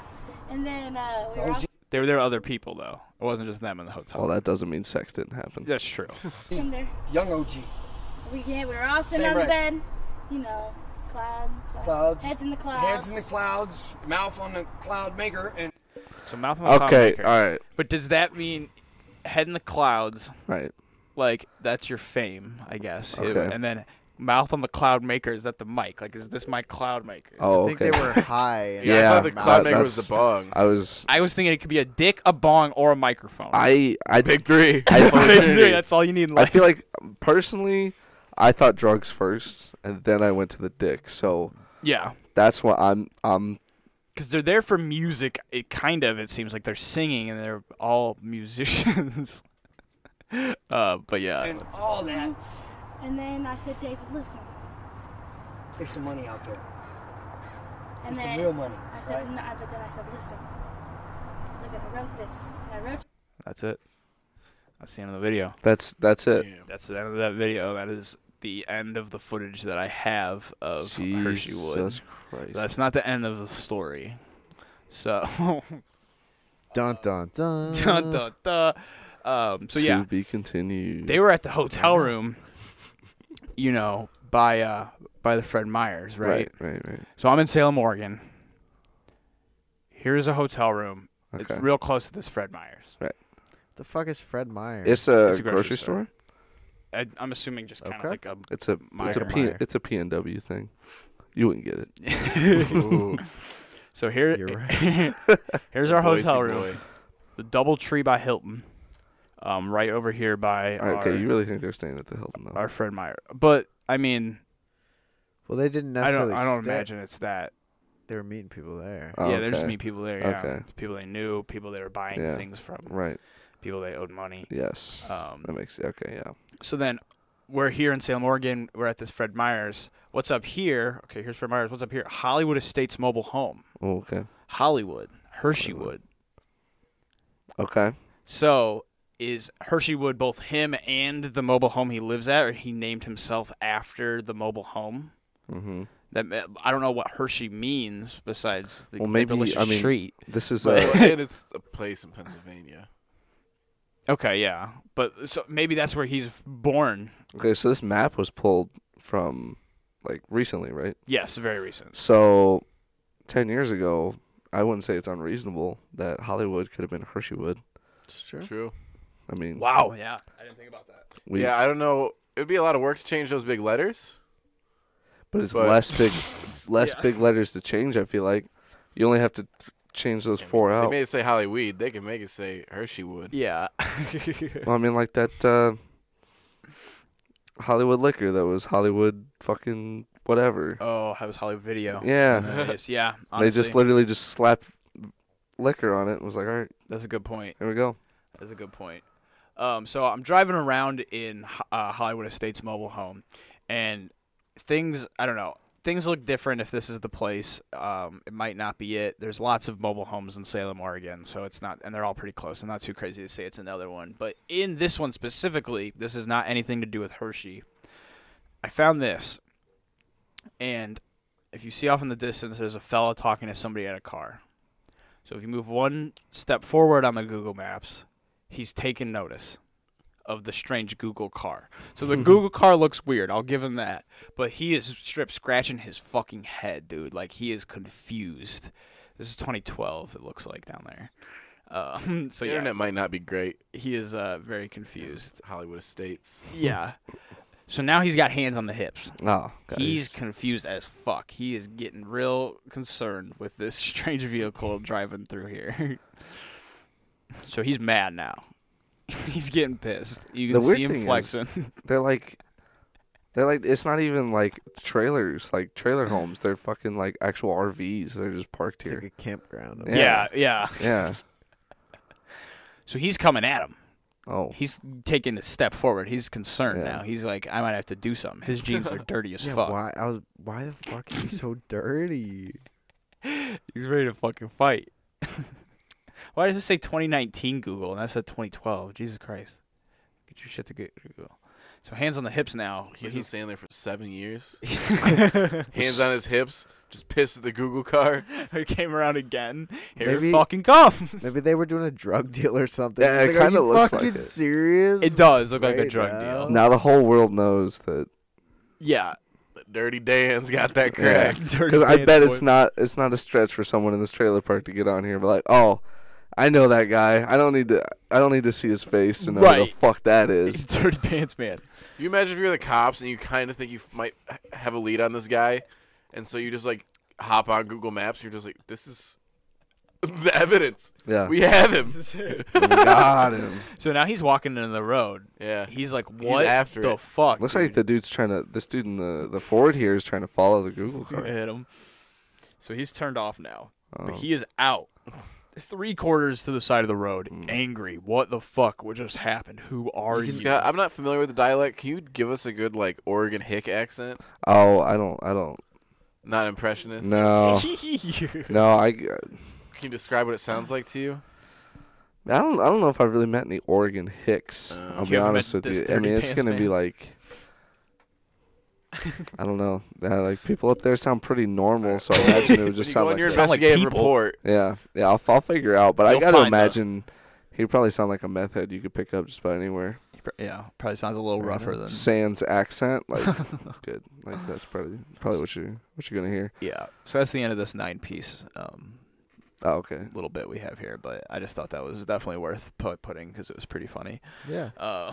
H: And then uh, we were all
B: There, there were other people though. It wasn't just them in the hotel.
D: Well, that doesn't mean sex didn't happen.
B: That's true.
H: sitting there.
E: Young OG.
H: We yeah, we were all sitting
E: Same
H: on the
E: record.
H: bed. You know, cloud, cloud,
E: Clouds.
H: heads in the clouds.
E: Hands in the clouds, mouth on the cloud maker, and
B: So mouth on the
D: Okay,
B: Cloudmaker.
D: all right,
B: But does that mean head in the clouds?
D: right.
B: Like that's your fame, I guess. It-
D: Okay.
B: and then mouth on the cloud maker is that the mic? Like, is this my cloud maker?
D: Oh,
F: I think
D: okay.
F: they were high. and-
D: Yeah,
G: Yeah, I thought the
D: that-
G: Cloudmaker was the
D: that's-
G: bong.
D: I was.
B: I was thinking it could be a dick, a bong, or a microphone.
D: I. I.
G: Big three.
D: I-
B: Big three, that's all you need in
D: I
B: life.
D: feel like personally, I thought drugs first, and then I went to the dick. So
B: yeah,
D: that's what I'm. I'm.
B: because they're there for music. It kind of it seems like they're singing and they're all musicians. uh, but yeah,
E: and all that.
H: Mm-hmm. And then I said, David, listen.
E: There's some money out there.
H: And
E: There's
H: then
E: some real money.
H: I said,
E: Right?
H: no, but then I said, listen. Look, I wrote this. And I wrote
B: that's it. That's the end of the video.
D: That's. That's it.
B: That's the end of that video. That is the end of the footage that I have of Hershey Wood.
D: Jesus Christ.
B: That's not the end of the story. So,
F: Dun dun dun.
B: duh, duh, duh. Um, so
D: to
B: yeah,
D: be continued.
B: they were at the hotel room, you know, by uh, by the Fred Myers, right?
D: Right. Right. right.
B: So I'm in Salem, Oregon. Here's a hotel room.
D: Okay.
B: It's real close to this Fred Myers.
F: The fuck is Fred Meyer?
D: It's a,
B: It's a
D: grocery, store.
B: I, I'm assuming just kind of
F: Okay.
B: like a
D: It's a. It's a
B: Meyer,
D: P.
F: Meyer.
D: It's a P and W thing. You wouldn't get it.
F: Ooh.
B: So here,
F: You're
B: here's our
G: Boise
B: hotel room,
G: boy.
B: the Double Tree by Hilton, um, right over here by
D: All right,
B: our,
D: okay, you really think they're staying at the Hilton though?
B: our Fred Meyer. But I mean,
F: well, they didn't
B: I don't,
F: necessarily.
B: I don't
F: stay-
B: imagine it's that.
F: they were meeting people there.
D: Oh,
B: yeah, there's just
D: okay.
B: meet people there. Yeah,
D: Okay.
B: people they knew, people they were buying
D: Yeah.
B: things from,
D: Right.
B: people they owed money.
D: Yes.
B: Um,
D: that makes okay. Yeah.
B: so then we're here in Salem, Oregon. We're at this Fred Myers. What's up here? Okay, here's Fred Myers. What's up here? Hollywood Estates Mobile Home.
D: Oh, okay.
B: Hollywood. Hersheywood.
D: Okay.
B: So is Hershey Wood both him and the mobile home he lives at, or he named himself after the mobile home?
D: Mm-hmm.
B: That ma- I don't know what Hershey means besides the,
D: Well,
B: the
D: maybe,
B: delicious
D: I mean-
B: treat.
D: This is uh,
G: Well,
D: a.
G: and it's a place in Pennsylvania.
B: Okay, yeah, but so maybe that's where he's born.
D: okay. So this map was pulled from like recently, right?
B: Yes, very recent.
D: So ten years ago, I wouldn't say it's unreasonable that Hollywood could have been Hersheywood.
F: It's true.
G: True.
D: I mean,
B: Wow, yeah, I didn't think about that.
D: we,
G: yeah, I don't know. It'd be a lot of work to change those big letters.
D: but it's
G: but-
D: less big, less big letters to change. I feel like you only have to th- change those four
G: They
D: out.
G: made it say Hollyweed. They can make it say Hershey Wood.
B: Yeah,
D: Well, I mean, like that uh, Hollywood liquor that was Hollywood fucking whatever.
B: Oh, I was Hollywood Video.
D: Yeah.
B: Nice. yeah.
D: they
B: Honestly,
D: just literally just slapped liquor on it and was like, all right,
B: that's a good point.
D: here we go.
B: That's a good point. Um, so I'm driving around in Ho- uh, Hollywood Estates mobile home, and things I don't know. Things look different if this is the place. Um, it might not be it. There's lots of mobile homes in Salem, Oregon, so it's not, and they're all pretty close. I'm not too crazy to say it's another one, but in this one specifically, this is not anything to do with Hershey. I found this, and if you see off in the distance, there's a fella talking to somebody at a car. So if you move one step forward on the Google Maps, he's taken notice of the strange Google car. So the Google car looks weird. I'll give him that. But he is strip scratching his fucking head, dude. Like he is confused. This is 2012. It looks like down there. Um, so
G: The
B: yeah,
G: internet might not be great.
B: he is uh, very confused.
G: Hollywood Estates.
B: Yeah. So now he's got hands on the hips.
D: Oh, guys.
B: He's confused as fuck. He is getting real concerned with this strange vehicle driving through here. so he's mad now. he's getting pissed. You
D: The
B: can
D: weird
B: see
D: thing
B: him
D: is-
B: flexing.
D: They're like, they're like, it's not even like trailers, like trailer homes. They're fucking like actual RVs. They're just parked
F: It's like
D: here.
F: a campground.
B: yeah,
D: Yeah.
B: yeah.
D: Yeah.
B: So he's coming at him.
D: Oh.
B: He's taking a step forward. He's concerned
D: Yeah.
B: now. He's like, I might have to do something. His jeans are dirty as
F: Yeah,
B: fuck.
F: why? I was. Why the fuck is he so dirty?
B: He's ready to fucking fight. Why does it say 2019 Google and that said 2012? Jesus Christ. Get your shit to get Google. So hands on the hips now.
G: He's been
B: He's-
G: staying there for seven years. Hands on his hips, just pissed at the Google car.
B: he came around again. Here
F: Maybe-
B: it fucking comes.
F: Maybe they were doing a drug deal or something.
D: Yeah,
F: It's
D: it
F: like, are
D: kinda
F: you
D: looks like
F: fucking
D: it.
F: serious.
B: It does look like a
F: Right
B: drug
F: now.
B: deal.
D: Now the whole world knows that
B: Yeah.
G: Dirty Dan's got that crack.
D: because I bet it's not it's not a stretch for someone in this trailer park to get on here and be like, oh, I know that guy. I don't need to I don't need to see his face to know who the
B: Right.
D: fuck that is.
B: Dirty pants man.
G: You imagine if you're the cops and you kind of think you f- might h- have a lead on this guy, and so you just like hop on Google Maps. you're just like, this is the evidence.
D: Yeah,
G: We have him.
D: got him.
B: So now he's walking into the road.
G: Yeah.
B: He's like, what
G: after
B: the
G: it.
B: fuck?
D: Looks like the dude's trying to this dude in the the Ford here is trying to follow the Google
B: Gonna
D: car.
B: hit him. So he's turned off now, but
D: Oh.
B: he is out. Three quarters to the side of the road,
D: Mm.
B: angry. What the fuck? What just happened? Who are you?
G: Scott, I'm not familiar with the dialect. Can you give us a good like Oregon Hick accent?
D: Oh, I don't I don't
G: Not impressionist.
D: no no I I
G: Can you describe what it sounds like to you?
D: don't I don't know if I've really met any Oregon Hicks.
G: Uh,
D: I'll
B: you
D: be
B: haven't
D: honest
B: met
D: with
B: this
D: you. I mean,
B: dirty
D: it's
B: pants
D: gonna be
B: man.
D: like. I don't know. Yeah, like people up there sound pretty normal, so I imagine it would
G: When
D: just
G: you go
D: sound
G: on
D: like
G: your
D: that.
B: Sound like
G: investigative
B: people.
G: report,
D: Yeah, yeah, I'll, I'll figure it out. But I
B: You'll
D: gotta
B: find out.
D: imagine he'd probably sound like a meth head you could pick up just about anywhere.
B: Yeah, probably sounds a little rougher than.
D: Sans accent, like good, like that's probably probably what you what you're gonna hear.
B: Yeah. So that's the end of this nine piece um,
D: Oh, okay.
B: little bit we have here, but I just thought that was definitely worth pu- putting because it was pretty funny.
F: Yeah.
B: Uh,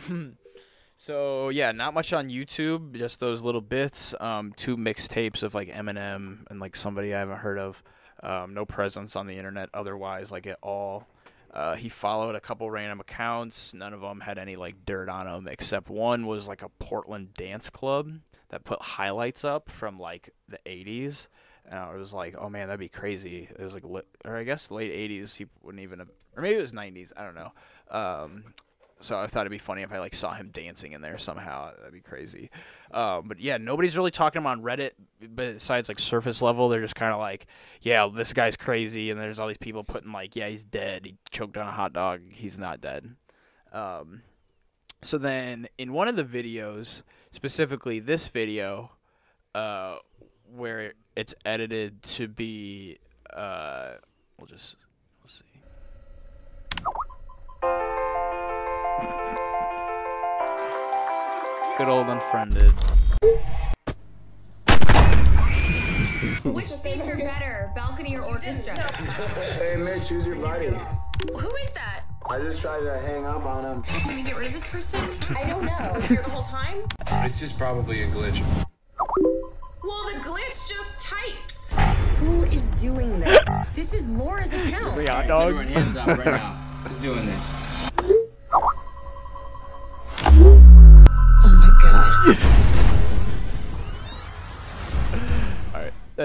B: so yeah, not much on YouTube. Just those little bits. Um, two mixtapes of like Eminem and like somebody I haven't heard of. Um, no presence on the internet otherwise, like at all. Uh, he followed a couple random accounts. None of them had any like dirt on them, except one was like a Portland dance club that put highlights up from like the 80s. And I was like, oh man, that'd be crazy. It was like, lit- or I guess late 80s. He wouldn't even, have, or maybe it was 90s. I don't know. Um, so I thought it'd be funny if I like saw him dancing in there somehow. That'd be crazy. Um, but yeah, nobody's really talking him on Reddit. But besides like surface level, they're just kind of like, yeah, this guy's crazy, and there's all these people putting like, yeah, he's dead. He choked on a hot dog. He's not dead. Um, so then in one of the videos, specifically this video, uh, where it's edited to be, uh, we'll just we'll see. Good old unfriended.
J: Which seats are better, balcony or orchestra?
C: Hey, man, choose your buddy.
J: Who is that?
C: I just tried to hang up on him.
J: Can we get rid of this person? I don't know. Was here the whole time?
K: It's just probably a glitch.
J: Well, the glitch just typed. Who is doing this? this is Laura's account.
B: dog.
K: Everyone hands up right now. Who's doing this?
J: Oh my god.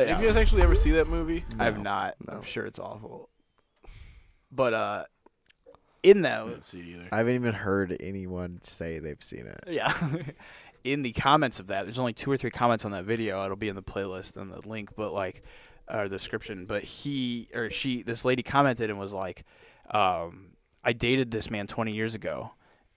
G: have you guys actually ever see that movie?
B: I've not. I'm sure it's awful. But uh, in
G: I
B: those,
G: didn't see it either.
F: I haven't even heard anyone say they've seen it.
B: yeah, in the comments of that, there's only two or three comments on that video. It'll be in the playlist and the link, but like, or the description. But he or she, this lady commented and was like, um, "I dated this man 20 years ago."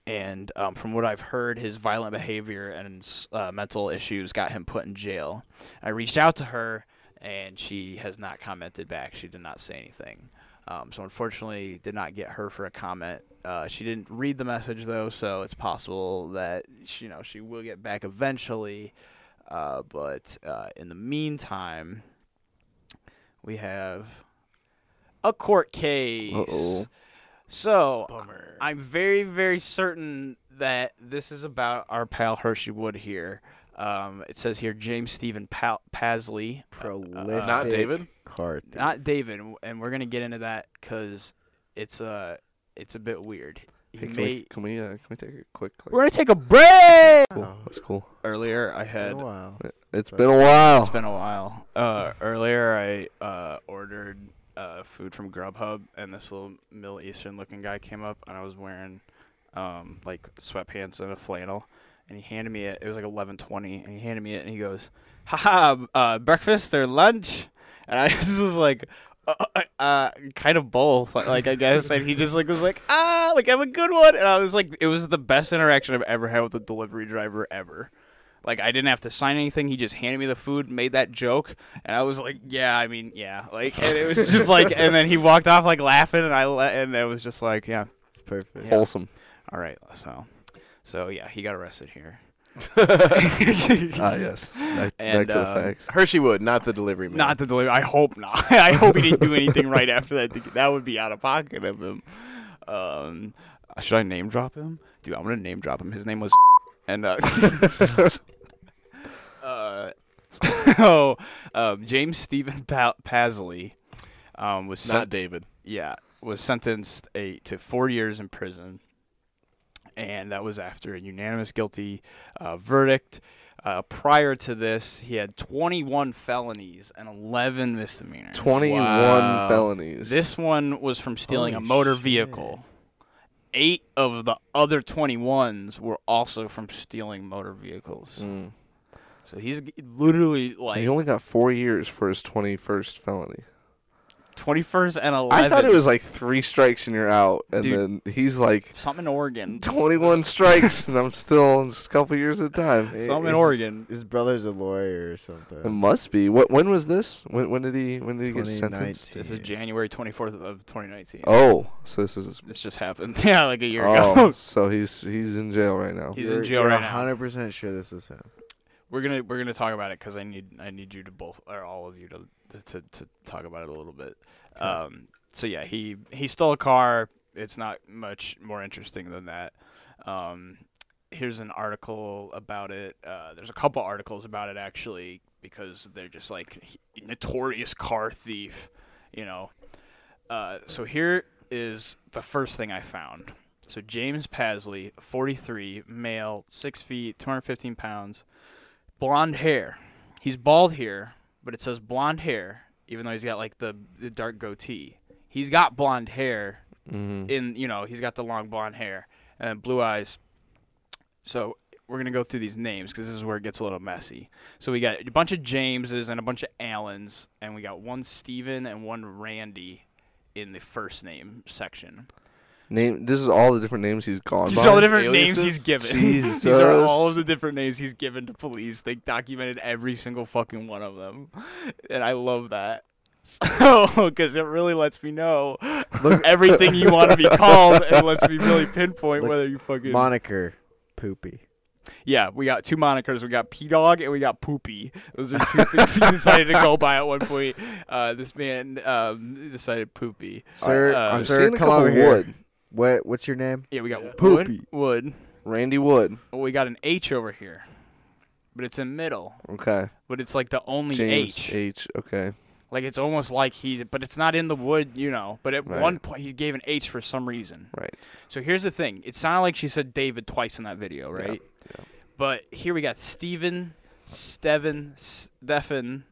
B: And um, from what I've heard, his violent behavior and s- uh, mental issues got him put in jail. I reached out to her, and she has not commented back. She did not say anything. Um, so unfortunately, did not get her for a comment. Uh, she didn't read the message though, so it's possible that she, you know she will get back eventually. Uh, but uh, in the meantime, we have a court case.
D: Uh-oh.
B: So I'm very, very certain that this is about our pal Hershey Wood here. Um, it says here James Stephen Pal- Pasley, uh,
F: Prolific.
G: Uh, Not David?
F: Cart.
B: not David, and- and we're gonna get into that because it's uh, it's a bit weird. He
D: Hey, can
B: may-
D: we can we, uh, can we take a quick? Like,
B: We're gonna take a break.
D: cool. That's cool.
B: Earlier, I had
F: Oh, wow.
D: It's been a while.
B: It's been a while. Uh, earlier, I uh, ordered uh, food from Grubhub, and this little Middle Eastern-looking guy came up, and I was wearing um, like sweatpants and a flannel, and he handed me it. It was like 11:20, and he handed me it, and he goes, "Haha, uh, breakfast or lunch?" And I uh, just was like. Uh, uh, uh, kind of both, like I guess, and he just like was like, ah, like have a good one. And I was like, it was the best interaction I've ever had with a delivery driver ever. Like I didn't have to sign anything. He just handed me the food, made that joke, and I was like, yeah, I mean, yeah, like, and it was just like, and then he walked off like laughing, and I le- and it was just like, yeah, it's
F: perfect,
D: Wholesome.
B: All right, so, so yeah, he got arrested here.
D: Ah, yes. Back- back to the
B: uh,
D: facts.
G: Hershey Wood, not the delivery man.
B: Not the delivery. I hope not. I hope he didn't do anything right after that. to get- That would be out of pocket of him. Um, should I name drop him? Dude, I'm gonna name drop him. His name was and uh, uh so um, James Stephen pa- Pasley um was
G: Not
B: sent-
G: David.
B: Yeah, was sentenced a to four years in prison and that was after a unanimous guilty uh, verdict. Uh, prior to this, he had 21 felonies and 11 misdemeanors.
D: 21 Wow. felonies.
B: This one was from stealing
D: Holy
B: a motor vehicle. Eight of the other 21s were also from stealing motor vehicles. So he's g- literally like
D: he Hmm. only got four years for his 21st felony.
B: 21st and 11.
D: I thought it was like three strikes and you're out, and
B: Dude.
D: then he's like
B: something in Oregon.
D: 21 strikes, and I'm still just a couple years at a time.
F: His- His brother's a lawyer or something.
D: It must be. What? When was this? When? When did he? When did he get sentenced?
B: This is January 24th of 2019.
D: Oh, so this is.
B: This just happened. Yeah, like a year
D: oh,
B: ago.
D: so he's he's in jail right now.
B: He's in You're- jail you're right now.
F: 100% sure this is him.
B: We're gonna we're gonna talk about it because I need I need you to both or all of you to to to talk about it a little bit. Um, so yeah, he he stole a car. It's not much more interesting than that. Um, here's an article about it. Uh, there's a couple articles about it actually because they're just like he- notorious car thief, you know. Uh, so here is the first thing I found. So James Pasley, 43, male, six feet, 215 pounds, blonde hair. He's bald here, but it says blonde hair, even though he's got like the, the dark goatee. He's got blonde hair
D: Mhm.
B: in you know he's got the long blonde hair and blue eyes. So we're gonna go through these names because this is where it gets a little messy. So we got a bunch of Jameses and a bunch of Allens, and we got one Steven and one Randy in the first name section.
D: Name. This is all the different names he's gone.
B: These
D: by.
B: are all the different names he's given.
D: Jesus.
B: These are all of the different names he's given to police. They documented every single fucking one of them, and I love that. So, because it really lets me know everything you want to be called, and lets me really pinpoint
F: Look,
B: whether you fucking
F: Moniker, poopy.
B: Yeah, we got two monikers. We got P Dog and we got Poopy. Those are two things he decided to go by at one point. Uh, this man um, decided Poopy.
F: Sir,
B: Uh,
F: sir, come over here. What? What's your name?
B: Yeah, we got
F: Poopy.
B: Wood. Wood.
D: Randy Wood.
B: Oh, we got an H over here, but it's in middle.
D: Okay.
B: But it's like the only
D: James
B: H.
D: H. Okay.
B: Like it's almost like he, but it's not in the wood, you know. But at
D: Right.
B: one point he gave an H for some reason.
D: Right.
B: So here's the thing: it sounded like she said David twice in that video, right? But here we got Steven, Steven, Stefan,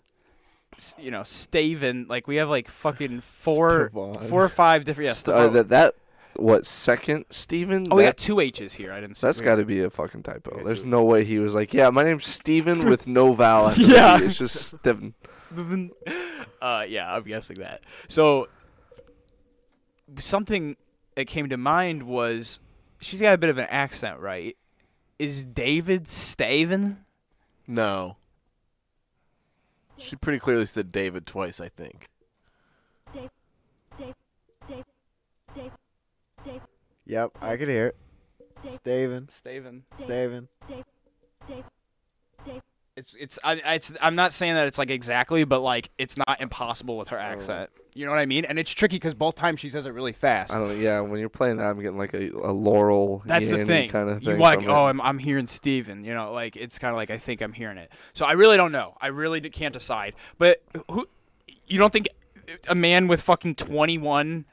B: s- you know, Steven. Like we have like fucking four,
D: Stevon.
B: four or five different. Yeah,
D: St- uh,
B: Stevon.
D: that that what second Steven?
B: oh, we got
D: That-
B: two H's here. I didn't. see
D: That's
B: we-
D: got to be a fucking typo. There's no way he was like, yeah, my name's Steven with no vowel. After
B: Yeah.
D: yeah, it's just Steven.
B: Steven. Uh, yeah, I'm guessing that. So something that came to mind was she's got a bit of an accent, right? Is David Staven?
G: No. She pretty clearly said David twice, I think.
F: Yep, I could hear it. Steven.
B: Steven.
F: Steven.
B: It's it's I I- it's I'm not saying that it's like exactly, but like it's not impossible
D: Oh.
B: with her accent. You know what I mean? And it's tricky because both times she says it really fast.
D: I don't. Yeah, when you're playing that, I'm getting like a, a Laurel.
B: That's the
D: Yanny
B: thing.
D: Kind of thing.
B: you like,
D: from it.
B: oh, I'm, I'm hearing Steven. You know, like it's kind of like I think I'm hearing it. So I really don't know. I really d- can't decide. But who, you don't think a man with fucking 21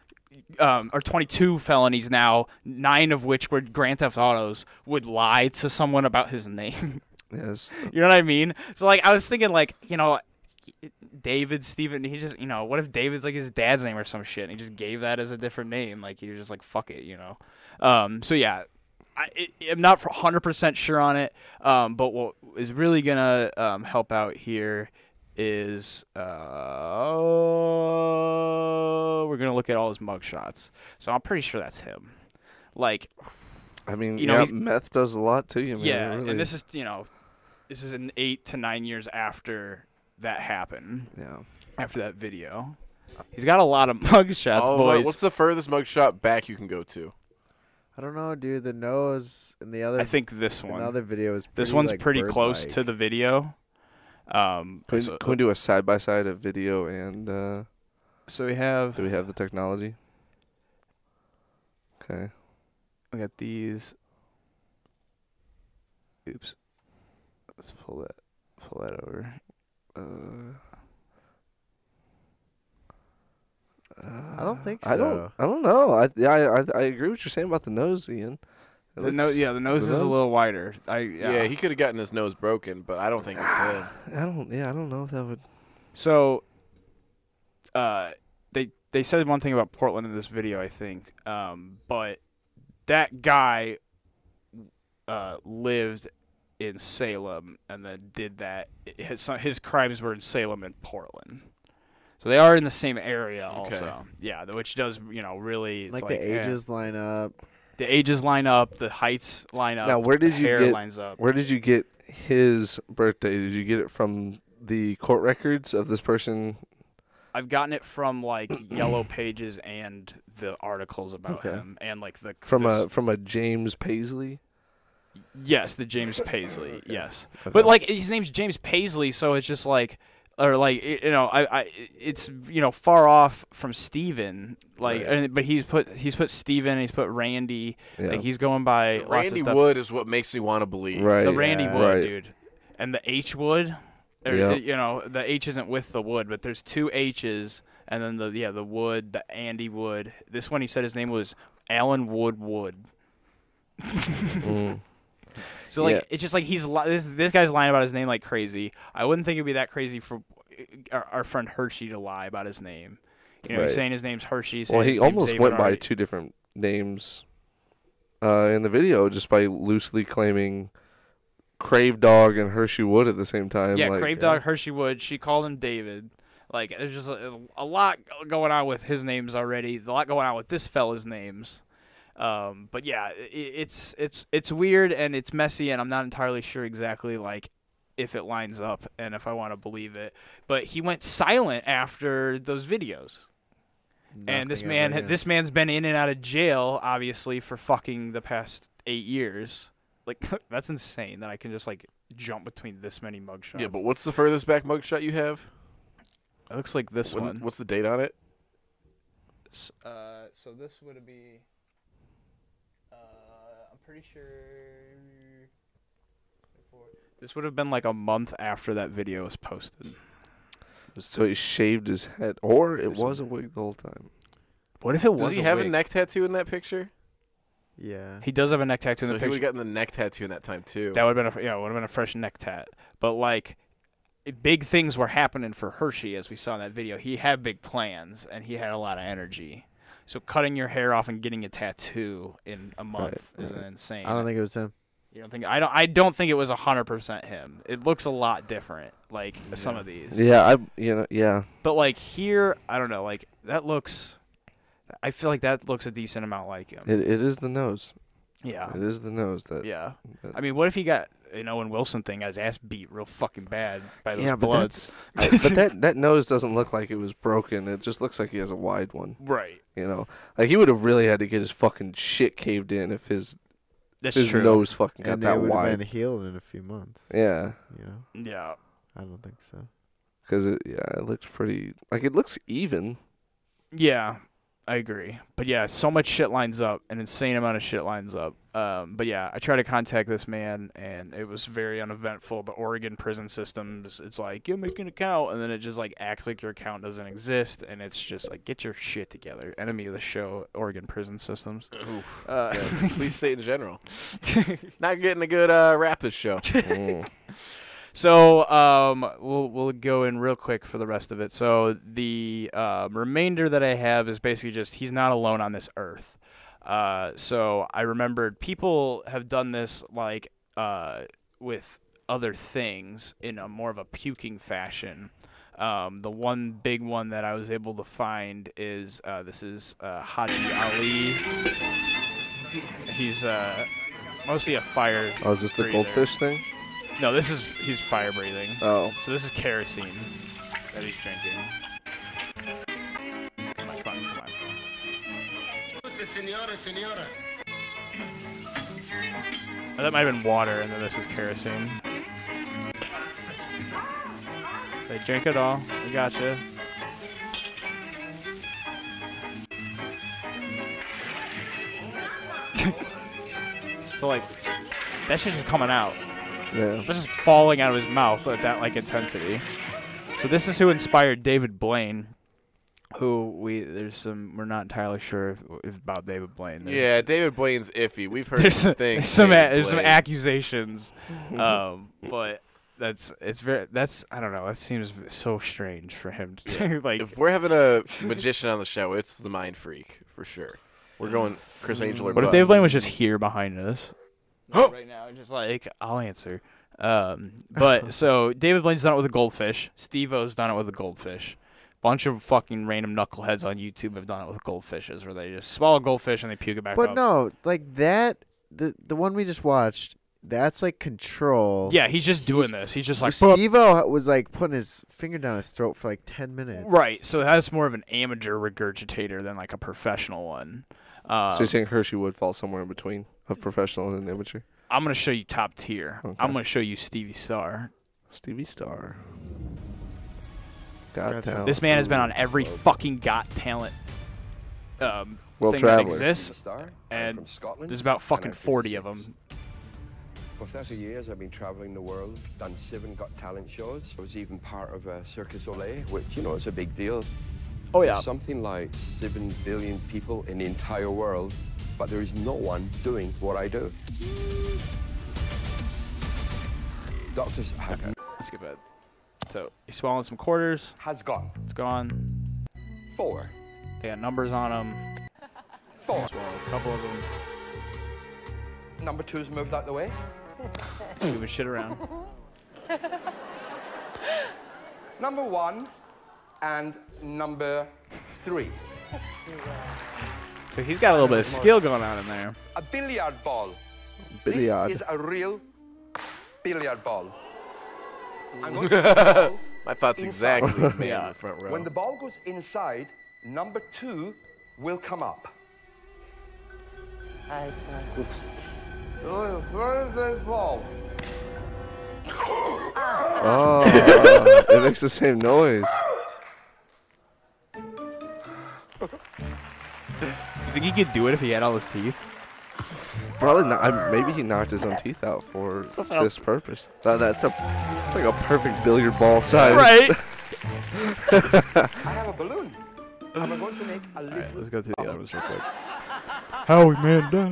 B: um, or 22 felonies now, nine of which were Grand Theft Autos, would lie to someone about his name?
D: Yes.
B: you know what I mean? So like I was thinking like you know. David Steven he just you know what if David's like his dad's name or some shit and he just gave that as a different name like he was just like fuck it you know um so yeah I, I- I'm not 100% sure on it, um, but what is really going to um, help out here is uh, we're going to look at all his mugshots. So I'm pretty sure that's him. Like,
D: I mean,
B: you know,
D: yeah,
B: he's-
D: meth does a lot to you, man.
B: yeah,
D: really.
B: and this is you know, this is an eight to nine years after that happened.
D: Yeah.
B: After that video, he's got a lot of mugshots,
G: Oh,
B: boys.
G: What's the furthest mugshot back you can go to?
F: I don't know, dude. The nose and the other.
B: I think this
F: and
B: one.
F: The other video is.
B: this
F: pretty,
B: one's
F: like,
B: pretty close
F: bird-like.
B: to the video. Um,
D: Can we,
B: so,
D: can we do a side by side of video and? Uh,
B: so we have
D: do we have the technology? Okay.
B: we got these. Oops, let's pull that pull that over.
D: Uh,
F: I don't think so.
D: I don't. I don't know. I yeah. I I, I agree with you're saying about the nose, Ian. It
B: The no-
D: looks-
B: yeah, the nose is a little wider. I
G: Yeah,
B: yeah.
G: he could have gotten his nose broken, but I don't think it's him.
D: I don't. Yeah, I don't know if that would.
B: So, uh, they they said one thing about Portland in this video, I think, um, but that guy uh, lived in Salem and then did that. His his crimes were in Salem and Portland. So they are in the same area,
G: Okay.
B: also. Yeah, th- which does you know really it's
F: Like,
B: like
F: the
B: eh.
F: ages line up.
B: The ages line up, the heights line up.
D: Now, where did
B: the
D: you
B: hair
D: get?
B: lines up?
D: Where did you get his birthday? Did you get it from the court records of this person?
B: I've gotten it from like Yellow Pages and the articles about
D: Okay.
B: him and like the
D: From
B: this-
D: a from a James Paisley.
B: Yes, the James Paisley. Yes,
D: Okay.
B: but like his name's James Paisley, so it's just like, or like y- you know, I, I, it's you know far off from Steven. Like,
G: Right.
B: and, but he's put he's put Steven, he's put Randy.
D: Yeah.
B: Like he's going by lots of
G: Randy
B: stuff.
G: Wood is what makes me want to believe.
D: Right.
B: the Randy
F: yeah.
B: Wood
D: Right.
B: dude, and the H Wood. Or,
D: Yeah.
B: You know, the H isn't with the Wood, but there's two H's, and then the yeah the Wood, the Andy Wood. This one he said his name was Alan Wood Wood.
D: Mm.
B: So like
D: Yeah.
B: it's just like he's li- this this guy's lying about his name like crazy. I wouldn't think it'd be that crazy for our, our friend Hershey to lie about his name. You know, he's
D: Right.
B: saying his name's Hershey. he's saying
D: Well, he
B: his name's
D: almost
B: David
D: went by
B: Hardy.
D: two different names uh, in the video just by loosely claiming Crave Dog and Hershey Wood at the same time.
B: yeah,
D: like,
B: Crave Dog Hershey Wood. She called him David. Like there's just a, a lot going on with his names already. A lot going on with this fella's names. Um, but yeah, i it's it's it's weird and it's messy, and I'm not entirely sure exactly like if it lines up and if I want to believe it. But he went silent after those videos. and this
F: Nothing
B: man,
F: ever, yeah.
B: this man's been in and out of jail, obviously, for fucking the past eight years. Like that's insane that I can just like jump between this many mugshots.
G: Yeah, but what's the furthest back mugshot you have?
B: it looks like this
G: When-
B: one.
G: What's the date on it?
B: Uh, so this would be. Uh, I'm pretty sure. This would have been like a month after that video was posted.
D: So he shaved his head, or it
B: This
D: was a wig the whole time.
B: What if it was?
G: Does he have
B: wig?
G: a neck tattoo in that picture?
F: Yeah.
B: He does have a neck tattoo in
G: so
B: the
G: he would
B: picture.
G: have gotten the neck tattoo in that time too.
B: That would have been a yeah, would have been a fresh neck tat. But like, i- big things were happening for Hershey as we saw in that video. He had big plans and he had a lot of energy. So cutting your hair off and getting a tattoo in a month is
D: right.
B: insane.
F: I don't think it was him.
B: you don't think I don't I don't think it was hundred percent him. It looks a lot different, like some of these.
D: Yeah, I you know yeah.
B: But like here, I don't know. Like that looks. I feel like that looks a decent amount like him.
D: It it is the nose.
B: yeah.
D: It is the nose that.
B: Yeah.
D: that-
B: I mean, what if he got an Owen Wilson thing? Got his ass beat real fucking bad by those
D: yeah, but
B: bloods.
D: that's- I- but that that nose doesn't look like it was broken. It just looks like he has a wide one.
B: Right.
D: You know, like he would have really had to get his fucking shit caved in if his
B: That's
D: his
B: true.
D: nose fucking got
F: And it
D: that
F: would have
D: wide.
F: been healed in a few months.
D: Yeah.
F: You know,
B: Yeah.
F: I don't think so.
D: Cause it, yeah, it looks pretty. Like it looks even.
B: Yeah. I agree. But yeah, so much shit lines up. An insane amount of shit lines up. Um, but yeah, I tried to contact this man, and it was very uneventful. The Oregon prison system, is- it's like, you make an account, and then it just like acts like your account doesn't exist, and it's just like, get your shit together. Enemy of the show, Oregon prison systems.
G: Oof.
B: Uh,
G: Yeah, Police state in general. Not getting a good uh, rap this show.
D: Mm.
B: So um, we'll we'll go in real quick for the rest of it. So the um, remainder that I have is basically just he's not alone on this earth. Uh, so I remembered people have done this like uh, with other things in a more of a puking fashion. Um, the one big one that I was able to find is uh, this is uh, Haji Ali. He's uh, mostly a fire.
D: Oh, is this the
B: breather.
D: goldfish thing?
B: No, this is he's fire breathing.
D: Oh.
B: So this is kerosene that he's drinking. Come on, come on, come on. Oh, that might have been water, and then this is kerosene. Say, drink it all. We got you. so like, that shit's just coming out.
D: Yeah.
B: This is falling out of his mouth at that like intensity. So this is who inspired David Blaine, who we there's some we're not entirely sure if, if about David Blaine. There's-
G: Yeah, David Blaine's iffy. We've heard
B: there's
G: some
B: some,
G: things.
B: there's some, a-
G: David
B: there's some
G: Blaine.
B: accusations, um, but that's it's very that's I don't know. That seems so strange for him. To, like
G: if we're having a magician on the show, it's the mind freak for sure. We're going Chris Angel or
B: What if
G: bust.
B: David Blaine was just here behind us?
G: Huh.
B: Right now, and just like I'll answer. Um, but so David Blaine's done it with a goldfish. Steve O's done it with a goldfish. Bunch of fucking random knuckleheads on YouTube have done it with goldfishes, where they just swallow a goldfish and they puke it back
F: But
B: up.
F: no, like that the the one we just watched, that's like control.
B: Yeah, he's just doing this. He's just like "Bup."
F: Steve O was like putting his finger down his throat for like ten minutes.
B: right. So that's more of an amateur regurgitator than like a professional one. Um,
D: so you're saying Hershey would fall somewhere in between of professional and amateur?
B: I'm gonna show you top tier.
D: Okay.
B: I'm gonna show you Stevie Star.
D: Stevie Star. God
B: That's
D: damn.
B: This man has been on every fucking Got Talent um,
D: Well
B: thing
D: traveled.
B: that exists,
L: Star.
B: and
L: from Scotland,
B: there's about
L: and
B: fucking
L: I'm
B: 40 of them.
L: For 30 years, I've been traveling the world, done seven Got Talent shows. I was even part of uh, Circus Olay, which, you know, is a big deal.
B: Oh, yeah.
L: There's something like 7 billion people in the entire world, but there is no one doing what I do. Doctors have
B: Let's get that. So he's swallowing some quarters.
L: Has gone.
B: It's gone.
L: Four.
B: They got numbers on them. Four. a couple of them.
L: Number two's moved out the way.
B: Moving shit around.
L: Number one and number three.
B: So he's got a little bit of skill going on in there.
L: A billiard ball.
B: Billiard.
L: This is a real billiard ball. I'm going to-
G: My thoughts exactly
L: Inside.
G: the man in the front row.
L: When the ball goes inside, number two will come up. Oh, very big ball.
D: Oh, it makes the same noise.
B: You think he could do it if he had all his teeth?
D: Probably not. I, maybe he knocked his own teeth out for
B: That's not-
D: this purpose. That, that's a, it's like a perfect billiard ball size.
B: Right.
L: I have a balloon. And I'm going to make a little
B: Let's go through the other ones real quick. Howie Mandel.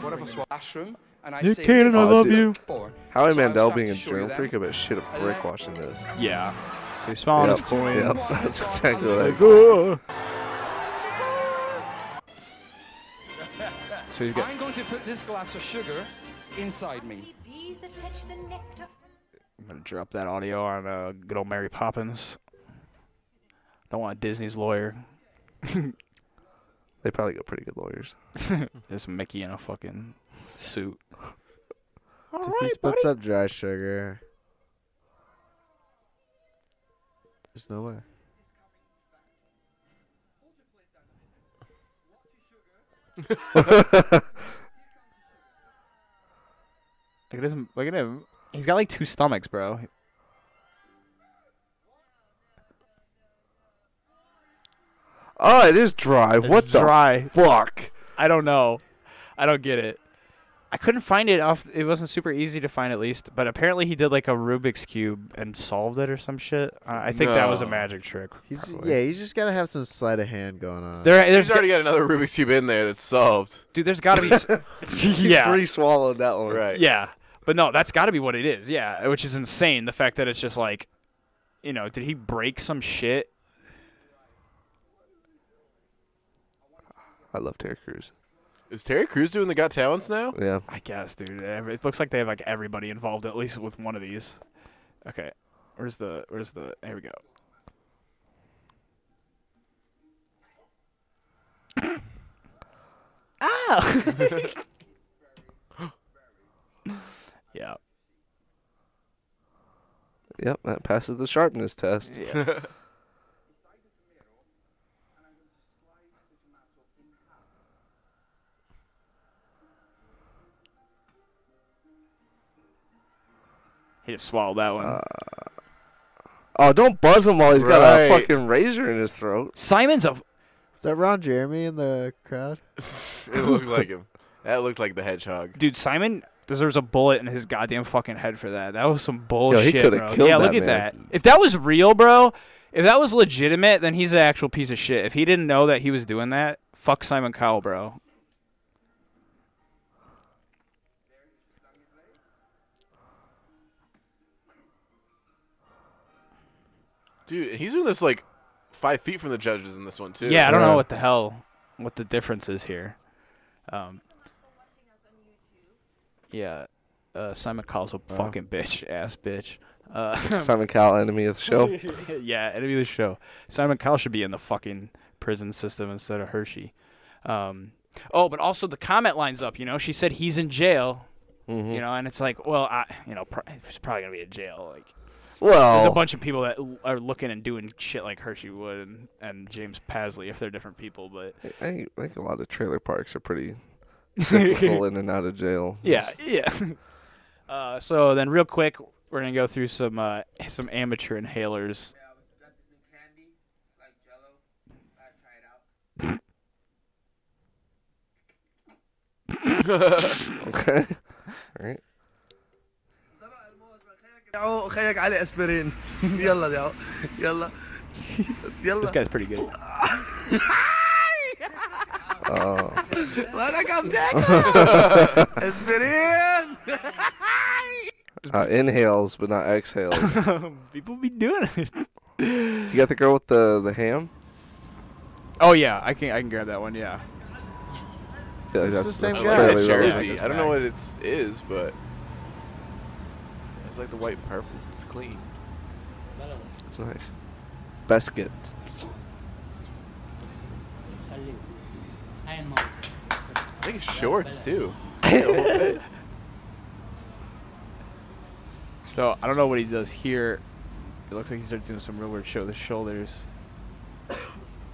L: One of us washroom, and I
B: Nick
L: say
B: Cannon, I
L: this
B: love
L: is
B: you.
L: four.
D: Oh, Howie
L: So I'm
D: Mandel
L: starting
D: being a
L: to show you
D: germ
L: that.
D: freak, I bet shit a brick watching this.
B: Yeah. So he's smiling
D: Yep,
B: his coin.
D: yep, that's exactly what I
B: Like,
D: thought.
B: "Ugh." So he's got
L: I'm going to put this glass of sugar inside me.
J: Bees that fetch the nectar
B: I'm gonna drop that audio on uh, good old Mary Poppins. Don't want Disney's lawyer.
D: They probably got pretty good lawyers.
B: There's Mickey in a fucking suit.
F: Tiffany splits up dry sugar. There's no way.
B: Look at him! Look at him! He's got like two stomachs, bro.
D: Oh, it is dry. what the
B: dry.
D: fuck?
B: I don't know. I don't get it. I couldn't find it off. It wasn't super easy to find, at least. But apparently, he did like a Rubik's cube and solved it or some shit. I I think that was a
G: No.
B: magic trick.
F: He's
B: probably.
F: yeah, he's just gotta have some sleight of hand going on.
B: There,
G: He's
B: there's
G: already got another Rubik's cube in there that's solved.
B: dude. There's got to be. s- yeah.
D: Three swallowed that one.
G: Right.
B: Yeah. But no, that's got to be what it is. Yeah, which is insane. The fact that it's just like, you know, did he break some shit?
D: I love Terry Crews.
G: Is Terry Crews doing the Got Talents now?
D: Yeah.
B: I guess, dude. Every- It looks like they have like everybody involved at least with one of these. Okay. Where's the where's the here we go. wow. yeah.
D: Yep, that passes the sharpness test.
B: Yeah. He just swallowed that one.
D: oh, don't buzz him while he's got a
G: Right.
D: fucking razor in his throat.
B: Simon's a.
F: Is that Ron Jeremy in the crowd?
G: it looked like him. That looked like the hedgehog.
B: Dude, Simon deserves a bullet in his goddamn fucking head for that. That was some bullshit,
D: coulda
B: bro.
D: killed
B: yeah, look
D: that man.
B: at that. If that was real, bro, if that was legitimate, then he's an actual piece of shit. If he didn't know that he was doing that, fuck Simon Cowell, bro.
G: Dude, and he's doing this like five feet from the judges in this one too.
B: Yeah, I don't know what the hell, what the difference is here. Um, yeah, uh, Simon Cowell's a
D: Wow.
B: fucking bitch, ass bitch. Uh,
D: Simon Cowell, enemy of the show.
B: yeah, enemy of the show. Simon Cowell should be in the fucking prison system instead of Hershey. Um, oh, but also the comment lines up. You know, she said he's in jail. You know, and it's like, well, I, you know, pro- he's probably gonna be in jail. Like, there's
D: Well-
B: a bunch of people that l- are looking and doing shit like Hershey Wood and, and James Pasley if they're different people, but
D: I think- I think a lot of trailer parks are pretty cyclical in and out of jail.
B: Yeah, yeah. Uh, so then, real quick, we're gonna go through some uh, some amateur inhalers.
D: okay. All right.
M: دعوا خليك علي اسبرين يلا دعوا يلا يلا
B: This guy's pretty good.
D: Oh.
M: وراك عم تاكل اسبرين
D: Uh, inhales, but not exhales.
B: People be doing it.
D: you got the girl with the, the ham?
B: Oh yeah, I can I can grab that one. Yeah.
D: I feel like
G: It's the
D: that's-
G: same
D: that's
G: guy.
D: fairly
G: jersey.
D: relevant.
G: I don't know what it is, but it's like the white and purple. It's clean.
D: It's nice. Basket.
G: I think it's shorts too.
B: So I don't know what he does here. It looks like he starts doing some real weird shit with his shoulders.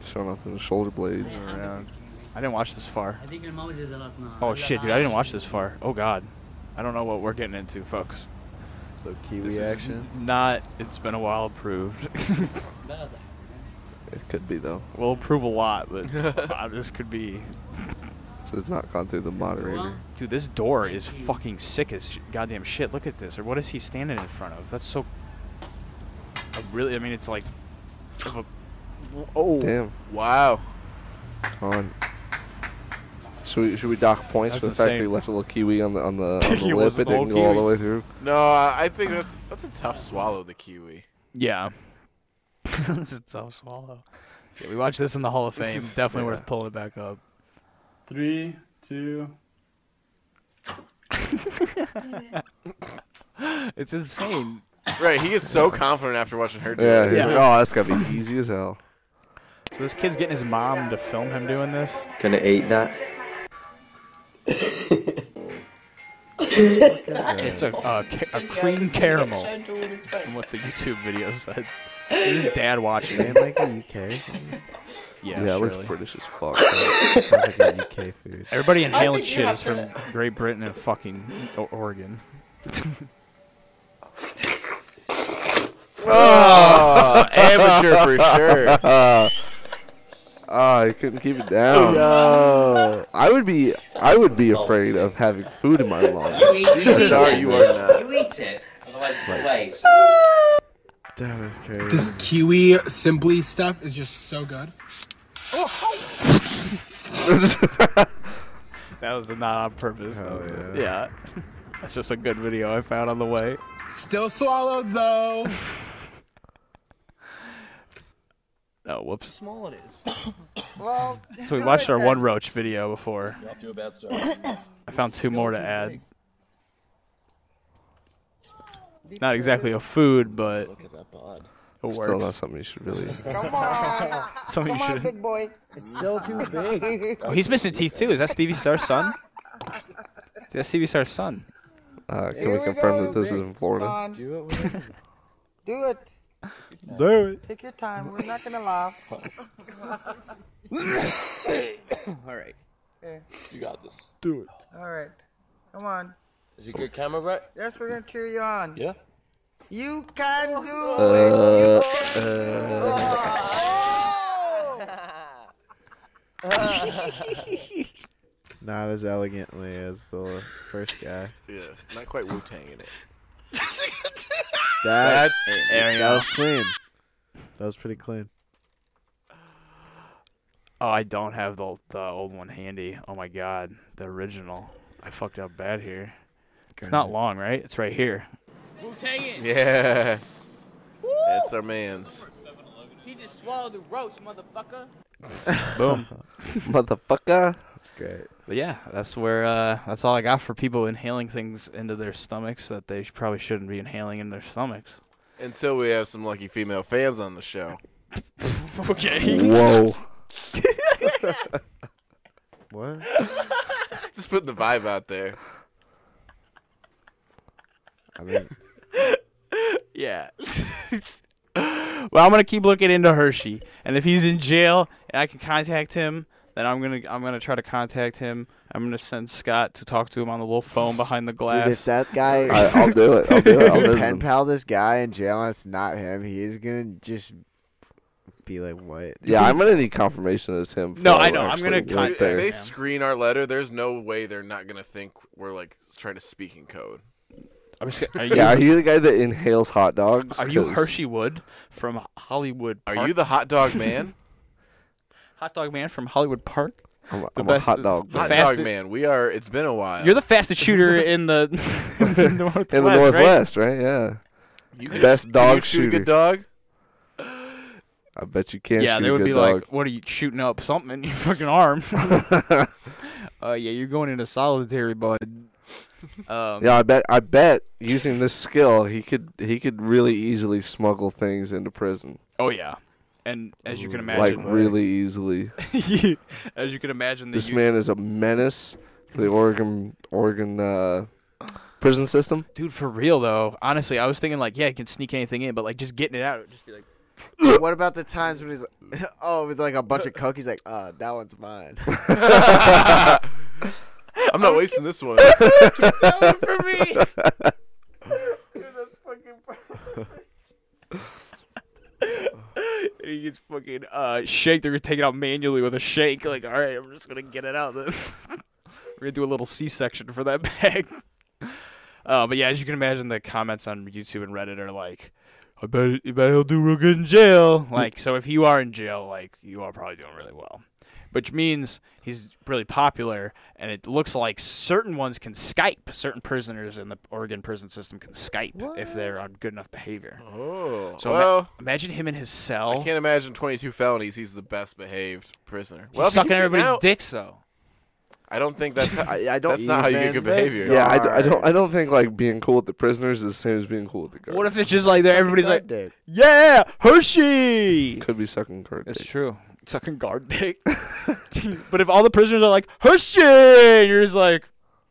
D: Showing off those shoulder blades.
B: moving around. I didn't watch this far.
N: هذيك الموجة زلطنا
B: Oh shit, dude! I didn't watch this far. Oh god, I don't know what we're getting into, folks.
F: The Kiwi
B: This is
F: action.
B: Not. It's been a while. Approved.
D: It could be, though.
B: we'll approve a lot, but uh, this could be.
D: So it's not gone through the moderator.
B: Dude, this door is fucking sick as sh- goddamn shit. Look at this. Or what is he standing in front of? That's so. I really, I mean, it's like. of a- oh.
D: Damn.
G: Wow.
D: On. Should we, should we dock points
B: That's
D: for the fact that
B: insane.
D: he left a little kiwi on the on the, on
B: He
D: the
B: was
D: lip?
B: the
D: It didn't
B: whole
D: go all the way
B: kiwi.
D: through.
G: No, I I think that's that's a tough swallow. The kiwi.
B: Yeah. this is so swallow. Yeah, we watched this in the Hall of
G: This
B: Fame.
G: is-
B: Definitely
G: yeah.
B: worth pulling it back up.
I: Three, two.
B: It's insane.
G: Right, he gets so confident after watching her. Do
D: Yeah.
G: it.
D: he's like, oh, that's gotta be easy as hell.
B: So this kid's getting his mom to film him doing this.
O: Gonna eat that.
B: It's a, a, Uh, ca- a cream caramel. From what the YouTube video said. There's His dad watching.
F: Man, like the UK.
B: Yeah,
D: yeah, it looks
B: surely.
D: British as fuck.
F: Sounds like a UK food.
B: Everybody
F: I think
B: inhaling
F: you
B: shit
F: have
B: is from Great Britain and fucking o- Oregon.
G: Oh, amateur for sure.
D: oh, I Ah, couldn't keep it down.
G: No.
D: I would be, I would be afraid of having food in my lungs.
G: Sorry, you are not.
N: You eat it. Otherwise
D: Right.
N: it's
F: That was crazy.
P: This kiwi simply stuff is just so good.
B: that was not on purpose. That was a- yeah. That's just a good video I found on the way.
P: Still swallowed though.
B: Oh, whoops.
P: Small it is. well,
B: So we watched our one roach video before.
Q: You're off to a bad start.
B: I found two more to add. Not exactly a food, but
Q: Look at that bod.
B: It
D: Still
B: works.
D: not something you should really.
O: Come on.
B: Something you
O: Come on,
B: should-
O: big boy. It's still too big.
B: Oh, he's missing teeth too. Is that Stevie Star's son? That's Stevie Star's son.
D: Uh, can
O: Here
D: we confirm that this
O: big
D: is in Florida?
O: John. Do it. Do it.
B: Do it.
O: Take your time. We're not gonna laugh.
Q: All right. You got this.
B: Do it.
O: All right. Come on.
Q: Is it good camera, right?
O: Yes, we're gonna cheer you on.
Q: Yeah.
O: You can do
D: Uh, uh,
O: it.
F: Not as elegantly as the first guy.
G: Yeah, not quite Wu Tang in it.
F: That,
G: That's-
F: that
G: there you go.
F: was clean. That was pretty clean.
B: Oh, I don't have the the old one handy. Oh my god, the original. I fucked up bad here. It's not long, right? It's right here.
G: Yeah. That's our man's.
R: He just swallowed the roach, motherfucker.
B: Boom.
D: Motherfucker.
F: That's great.
B: But yeah, that's where uh, that's all I got for people inhaling things into their stomachs that they sh- probably shouldn't be inhaling in their stomachs.
G: Until we have some lucky female fans on the show.
B: Okay.
D: Whoa.
F: What?
G: Just putting the vibe out there.
F: I mean,
B: Yeah. Well, I'm gonna keep looking into Hershey, and if he's in jail and I can contact him, then I'm gonna I'm gonna try to contact him. I'm gonna send Scott to talk to him on the little phone behind the glass.
F: Dude, if that guy,
D: I- I'll do it, I'll do it, I'll
F: If you
D: visit
F: pen
D: him.
F: pal this guy in jail and it's not him, he is gonna just be like, "What?"
D: yeah, I'm gonna need confirmation that it's him.
B: No,
D: before
B: I know, I'm
D: actually
B: gonna
D: went
G: Dude, if
D: there.
G: they screen our letter, there's no way they're not gonna think we're like trying to speak in code.
B: I'm just, are you,
D: Yeah, are you the guy that inhales hot dogs?
B: are you
D: 'Cause-
B: Hershey Wood from Hollywood?
G: Are
B: Park?
G: you the hot dog man?
B: hot dog man from Hollywood Park?
D: I'm a-
B: The
D: I'm a hot
B: the-
D: dog
B: the
G: hot
B: fastest-
G: dog man. We are. It's been a while.
B: You're the fastest shooter in the in the Northwest.
D: in the
B: right?
D: Northwest, right? Yeah.
G: You
D: Best
G: can
D: dog
G: you shoot a
D: shooter.
G: good dog.
D: I bet you can't.
B: yeah,
D: shoot
B: they
D: a
B: would
D: good
B: be
D: dog.
B: like, "What are you shooting up? Something in your fucking arm?" uh, yeah, you're going into solitary, bud. Um,
D: yeah, I bet. I bet using this skill, he could he could really easily smuggle things into prison.
B: Oh yeah, and as you can
D: like
B: imagine,
D: really easily.
B: as you can imagine, the
D: this
B: youth-
D: man is a menace for the Oregon Oregon uh, prison system.
B: dude for real though. Honestly, I was thinking like, yeah, he can sneak anything in, but like just getting it out, it would just be like,
F: what about the times when he's like, "Oh, with like a bunch of cookies"? Like, uh, that one's mine.
G: I'm not wasting this one.
B: and he gets fucking uh shake. They're gonna take it out manually with a shake. Like, all right, I'm just gonna get it out. Then we're gonna do a little C-section for that bag. Uh, but yeah, as you can imagine, the comments on YouTube and Reddit are like, I bet, I bet he'll do real good in jail. Like, so if you are in jail, like, you are probably doing really well. Which means he's really popular, and it looks like certain ones can Skype. Certain prisoners in the Oregon prison system can Skype if they're on good enough behavior.
G: Oh,
B: So ima-
G: well,
B: imagine him in his
G: I
B: cell.
G: can't imagine 22 felonies. He's the best behaved prisoner.
B: He's
G: Well, if he
B: sucking
G: keeps it
B: everybody's
G: out-
B: dicks, though.
G: I don't think that's. How,
F: I- I don't
G: That's not how you get
F: even
G: good behavior.
D: Yeah, I, d- I don't. I don't think like being cool with the prisoners is the same as being cool with the guards.
B: What if it's just like there? Everybody's
F: guard
B: like,
F: dick.
B: "Yeah, Hershey."
D: Could be sucking guard.
B: It's true. Sucking guard dick. but if all the prisoners are like Hershey, and you're just like,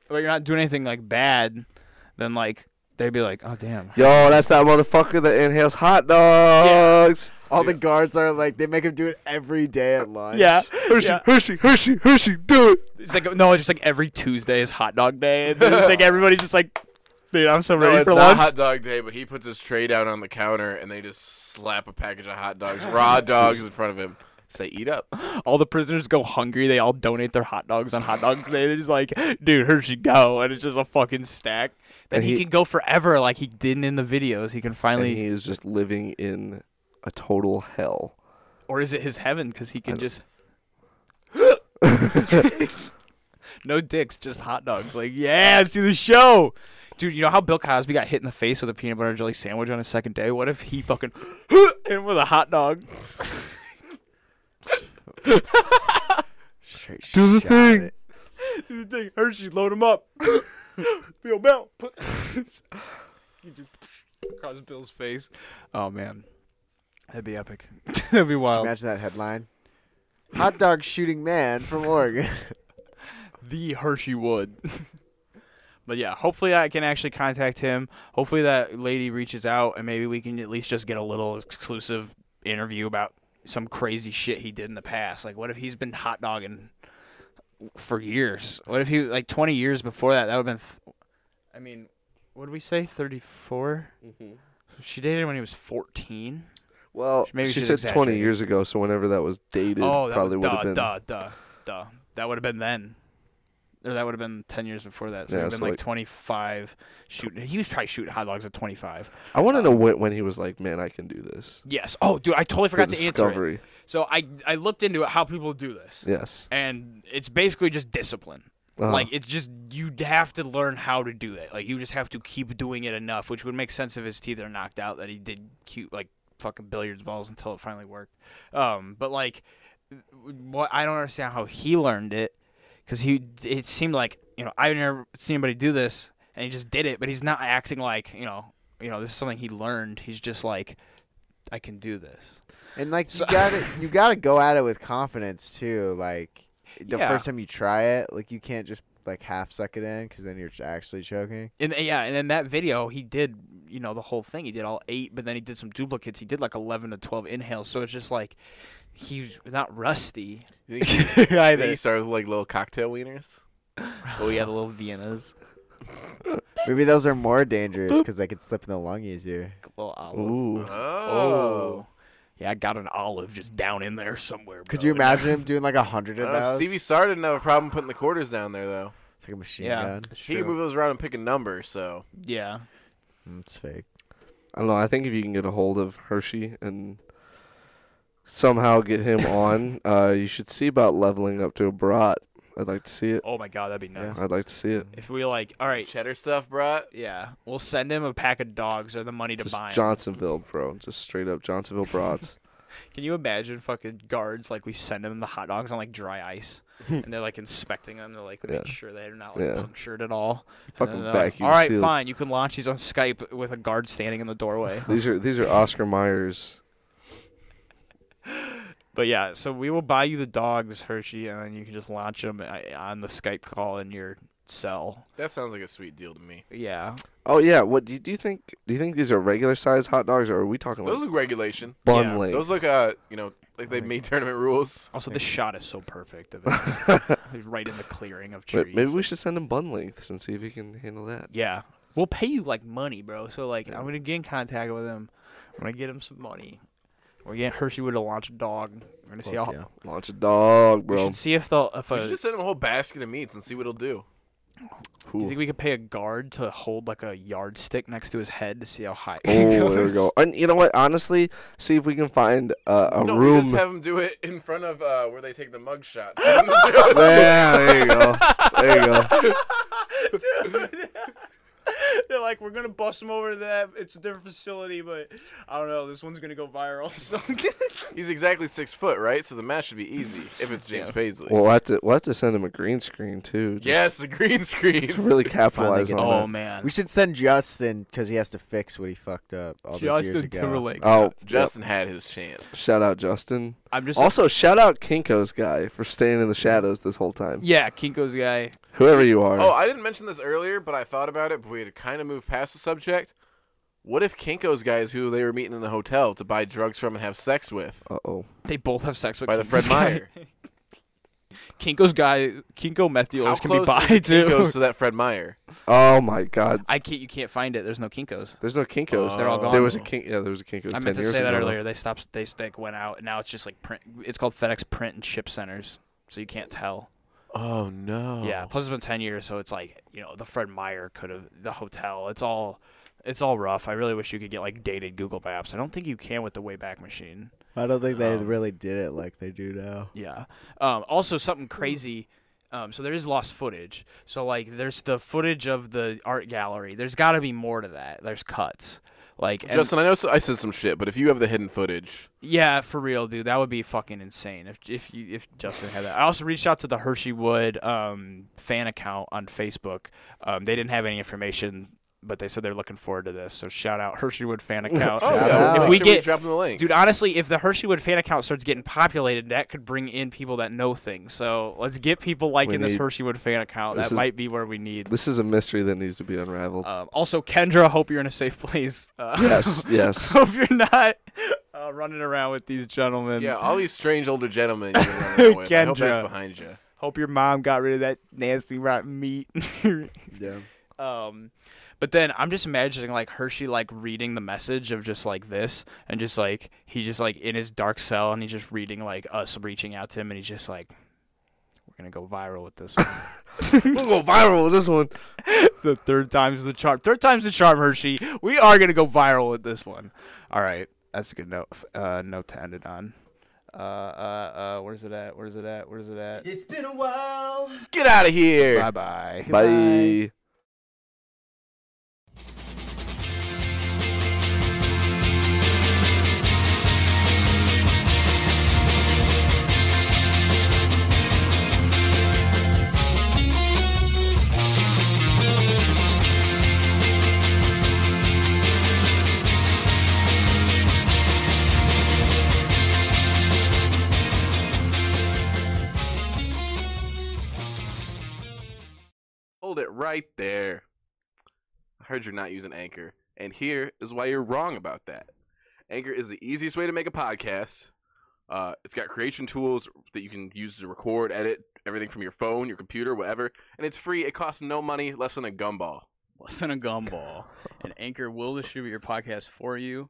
B: but you're not doing anything like bad, then like they'd be like, "Oh damn."
D: Yo, that's that motherfucker that inhales hot dogs.
F: All the guards are like, they make him do it every day at lunch.
B: Yeah.
D: Hershey,
B: yeah.
D: Hershey, Hershey, Hershey, do it.
B: It's like no, it's just like every Tuesday is hot dog day, and then it's like everybody's just like, "Dude, I'm so
G: No,
B: ready
G: it's
B: for
G: not
B: lunch."
G: hot dog day, but he puts his tray down on the counter and they just slap a package of hot dogs, raw dogs, in front of him. Say, eat up.
B: all the prisoners go hungry. They all donate their hot dogs on hot dogs day. They're just like, dude, here she go, and it's just a fucking stack. Then
D: And
B: he,
D: he-
B: can go forever, like he didn't in the videos. He can
D: And
B: finally,
D: he is just living in a total hell.
B: or is it his heaven? Because he can just no dicks, just hot dogs. Like, yeah, let's do the show, dude. You know how Bill Cosby got hit in the face with a peanut butter and jelly sandwich on his second day? What if he fucking hit him with a hot dog?
D: Do the thing.
B: Do the thing. Hershey, load him up. Bill Bell. Put... He just across Bill's face. Oh man. That'd be epic. That'd be wild.
F: imagine that headline. Hot dog shooting man from Oregon.
B: the Hershey Wood. but yeah, hopefully I can actually contact him. Hopefully that lady reaches out and maybe we can at least just get a little exclusive interview about some crazy shit he did in the past. Like what if he's been hot dogging for years? What if he like 20 years before that? That would have been th- I mean, what did we say? 34?
Q: Mhm.
B: She dated him when he was 14.
D: Well, she
B: she's
D: said 20
B: exaggerating.
D: years ago, so whenever that was dated,
B: Oh, that
D: probably
B: would,
D: would
B: duh,
D: have been.
B: duh, duh, duh. That would have been then, or that would have been ten years before that. So
D: Yeah,
B: it'd been
D: so
B: like,
D: like-
B: twenty-five shooting. He was probably shooting hot dogs at twenty-five.
D: I want to know when, when he was like, man, I can do this.
B: Yes. Oh, dude, I totally
D: The
B: forgot to answer
D: discovery.
B: it. So I I looked into it how people do this.
D: Yes.
B: And it's basically just discipline.
D: Uh-huh.
B: Like it's just you have to learn how to do it. Like you just have to keep doing it enough, which would make sense if his teeth are knocked out that he did cute like fucking billiards balls until it finally worked. Um, but like, what I don't understand how he learned it because he it seemed like you know I've never seen anybody do this and he just did it, but he's not acting like you know you know this is something he learned. He's just like I can do this.
F: And like you gotta you gotta go at it with confidence too. Like the
B: Yeah.
F: first time you try it, like you can't just like half suck it in because then you're actually choking.
B: And th- yeah, and in that video, he did you know the whole thing. He did all eight, but then he did some duplicates. He did like eleven to twelve inhales. So it's just like he's not rusty.
G: You think you think
B: Either.
G: he started with like little cocktail wieners?
B: Oh yeah, the little Viennas.
F: Maybe those are more dangerous because they could slip in the lung easier.
B: Little olive.
F: Ooh.
B: Oh. Yeah, I got an olive just down in there somewhere.
F: Could
B: bro.
F: you imagine him doing like a hundred
G: I
F: of
B: Uh,
G: don't know, Uh,
F: those?
G: Stevie Star didn't have a problem putting the quarters down there though.
F: It's like a machine
B: Yeah.
F: gun.
B: That's
G: He can
B: true.
G: move those around and pick a number. So
B: Yeah.
F: Mm, It's fake.
D: I don't know. I think if you can get a hold of Hershey and somehow get him on, uh, you should see about leveling up to a brat. I'd like to see it.
B: Oh my god, that'd be nice.
D: I'd like to see it.
B: If we like, all right,
G: cheddar stuff, bro.
B: Yeah, we'll send him a pack of dogs or the money to
D: Just
B: buy 'em.
D: Johnsonville, bro. Just straight up Johnsonville brats.
B: Can you imagine fucking guards like we send them the hot dogs on like dry ice, and they're like inspecting them to like make
D: Yeah.
B: sure they're not like
D: Yeah.
B: punctured at all. And
D: Fucking
B: then they're like,
D: vacuum
B: All right,
D: seal.
B: fine. You can launch these on Skype with a guard standing in the doorway.
D: these are these are Oscar Myers.
B: but yeah, so we will buy you the dogs, Hershey, and then you can just launch them on the Skype call in your cell.
G: that sounds like a sweet deal to me.
B: Yeah.
D: Oh yeah. What do you, do you think? Do you think these are regular sized hot dogs, or are we talking
G: Those
D: like
G: look regulation.
D: Bun length.
G: Those look uh you know like they made tournament rules.
B: Also, this shot is so perfect of it, It's right in the clearing of trees.
D: Wait, maybe we should send him bun lengths and see if he can handle that.
B: Yeah. We'll pay you like money, bro. So like I'm gonna get in contact with him. I'm gonna get him some money. We're getting Hershey Wood to launch a dog. We're gonna see
D: Fuck
B: how
D: yeah. Launch a dog,
B: we
D: bro.
B: should see if the if
G: You
B: a
G: should just send him a whole basket of meats and see what he'll do.
B: do you think we could pay a guard to hold like a yardstick next to his head to see how high
D: Oh,
B: he goes?
D: there we go. And you know what? Honestly, see if we can find uh, a
G: no, we
D: room.
G: just have him do it in front of uh, where they take the mug shots.
D: yeah, there you go. There you go.
B: Dude. They're like, we're gonna bust him over to that. It's a different facility, but I don't know. This one's gonna go viral. So
G: He's exactly six foot, right? So the match should be easy if it's James Paisley.
D: We'll have to we'll have to send him a green screen too. just
G: yes, the green screen.
D: to really
F: Finally
D: capitalize
F: get
D: on.
F: him
B: Oh,
F: up.
B: man.
F: we should send Justin because he has to fix what he fucked up all these years
B: Justin
F: ago.
B: Timberlake.
D: Oh,
G: Justin had his chance.
D: yep. shout out Justin.
B: I'm just-
D: also shout out Kinko's guy for staying in the shadows this whole time.
B: yeah, Kinko's guy.
D: Whoever you are.
G: Oh, I didn't mention this earlier, but I thought about it, but we had kind of moved past the subject. What if Kinko's guys who they were meeting in the hotel to buy drugs from and have sex with?
D: Uh oh.
B: They both have sex with
G: By the Fred
B: Kinko's guy.
G: Meyer.
B: Kinko's guy, Kinko meth
G: How
B: dealers can be
G: close
B: by
G: is
B: too.
G: Kinko's to that Fred Meyer?
D: Oh my God.
B: I can't. You can't find it. There's no Kinkos.
D: There's no Kinkos.
B: They're all gone.
D: There was a kink. Yeah, there was a Kinkos.
B: Oh. I
D: 10
B: meant to
D: years
B: say that
D: ago, though.
B: earlier. They stopped. They like went out. And now it's just like print. It's called FedEx Print and Ship Centers, so you can't tell.
G: Oh no.
B: Yeah. Plus, it's been ten years, so it's like you know the Fred Meyer could have the hotel. It's all, it's all rough. I really wish you could get like dated Google Maps. I don't think you can with the Wayback Machine.
F: I don't think they
B: Um,
F: really did it like they do now.
B: Yeah. Um, also, something crazy. Um, so there is lost footage. So like, there's the footage of the art gallery. There's got to be more to that. There's cuts. Like and-
G: Justin, I know so- I said some shit, but if you have the hidden footage,
B: Yeah, for real, dude. That would be fucking insane if if you if Justin had that. I also reached out to the Hershey Wood um, fan account on Facebook. Um, they didn't have any information but they said they're looking forward to this. So shout out Hersheywood fan account.
G: Oh, Shout yeah. out.
B: If
G: Make
B: we
G: sure we
B: get
G: drop them the link.
B: dude, honestly, if the Hersheywood fan account starts getting populated, that could bring in people that know things. So let's get people liking this
D: need-
B: Hersheywood fan account.
D: this
B: That
D: is-
B: might be where we need.
D: This is a mystery that needs to be unraveled.
B: Um, also, Kendra, hope you're in a safe place. Uh,
D: Yes, yes.
B: hope you're not uh, running around with these gentlemen.
G: Yeah, all these strange older gentlemen you're running with. I hope that's
B: um, Kendra.
G: behind you.
B: Hope your mom got rid of that nasty rotten meat.
G: Yeah.
B: Um, but then I'm just imagining like Hershey like reading the message of just like this, and just like he just like in his dark cell, and he's just reading like us reaching out to him, and he's just like, "We're gonna go viral with this." one.
D: we'll go viral with this one.
B: the third time's the charm. Third time's the charm, Hershey. We are gonna go viral with this one. All right, that's a good note. Uh, note to end it on. Uh, uh, uh, where's it at? Where's it at? Where's it at?
A: It's been a while.
G: Get out of here.
B: Bye-bye.
D: Bye.
G: Hold it right there. I heard you're not using Anchor, and here is why you're wrong about that. Anchor is the easiest way to make a podcast. Uh, it's got creation tools that you can use to record, edit everything from your phone, your computer, whatever, and it's free. It costs no money, less than a gumball.
B: Less than a gumball. and Anchor will distribute your podcast for you.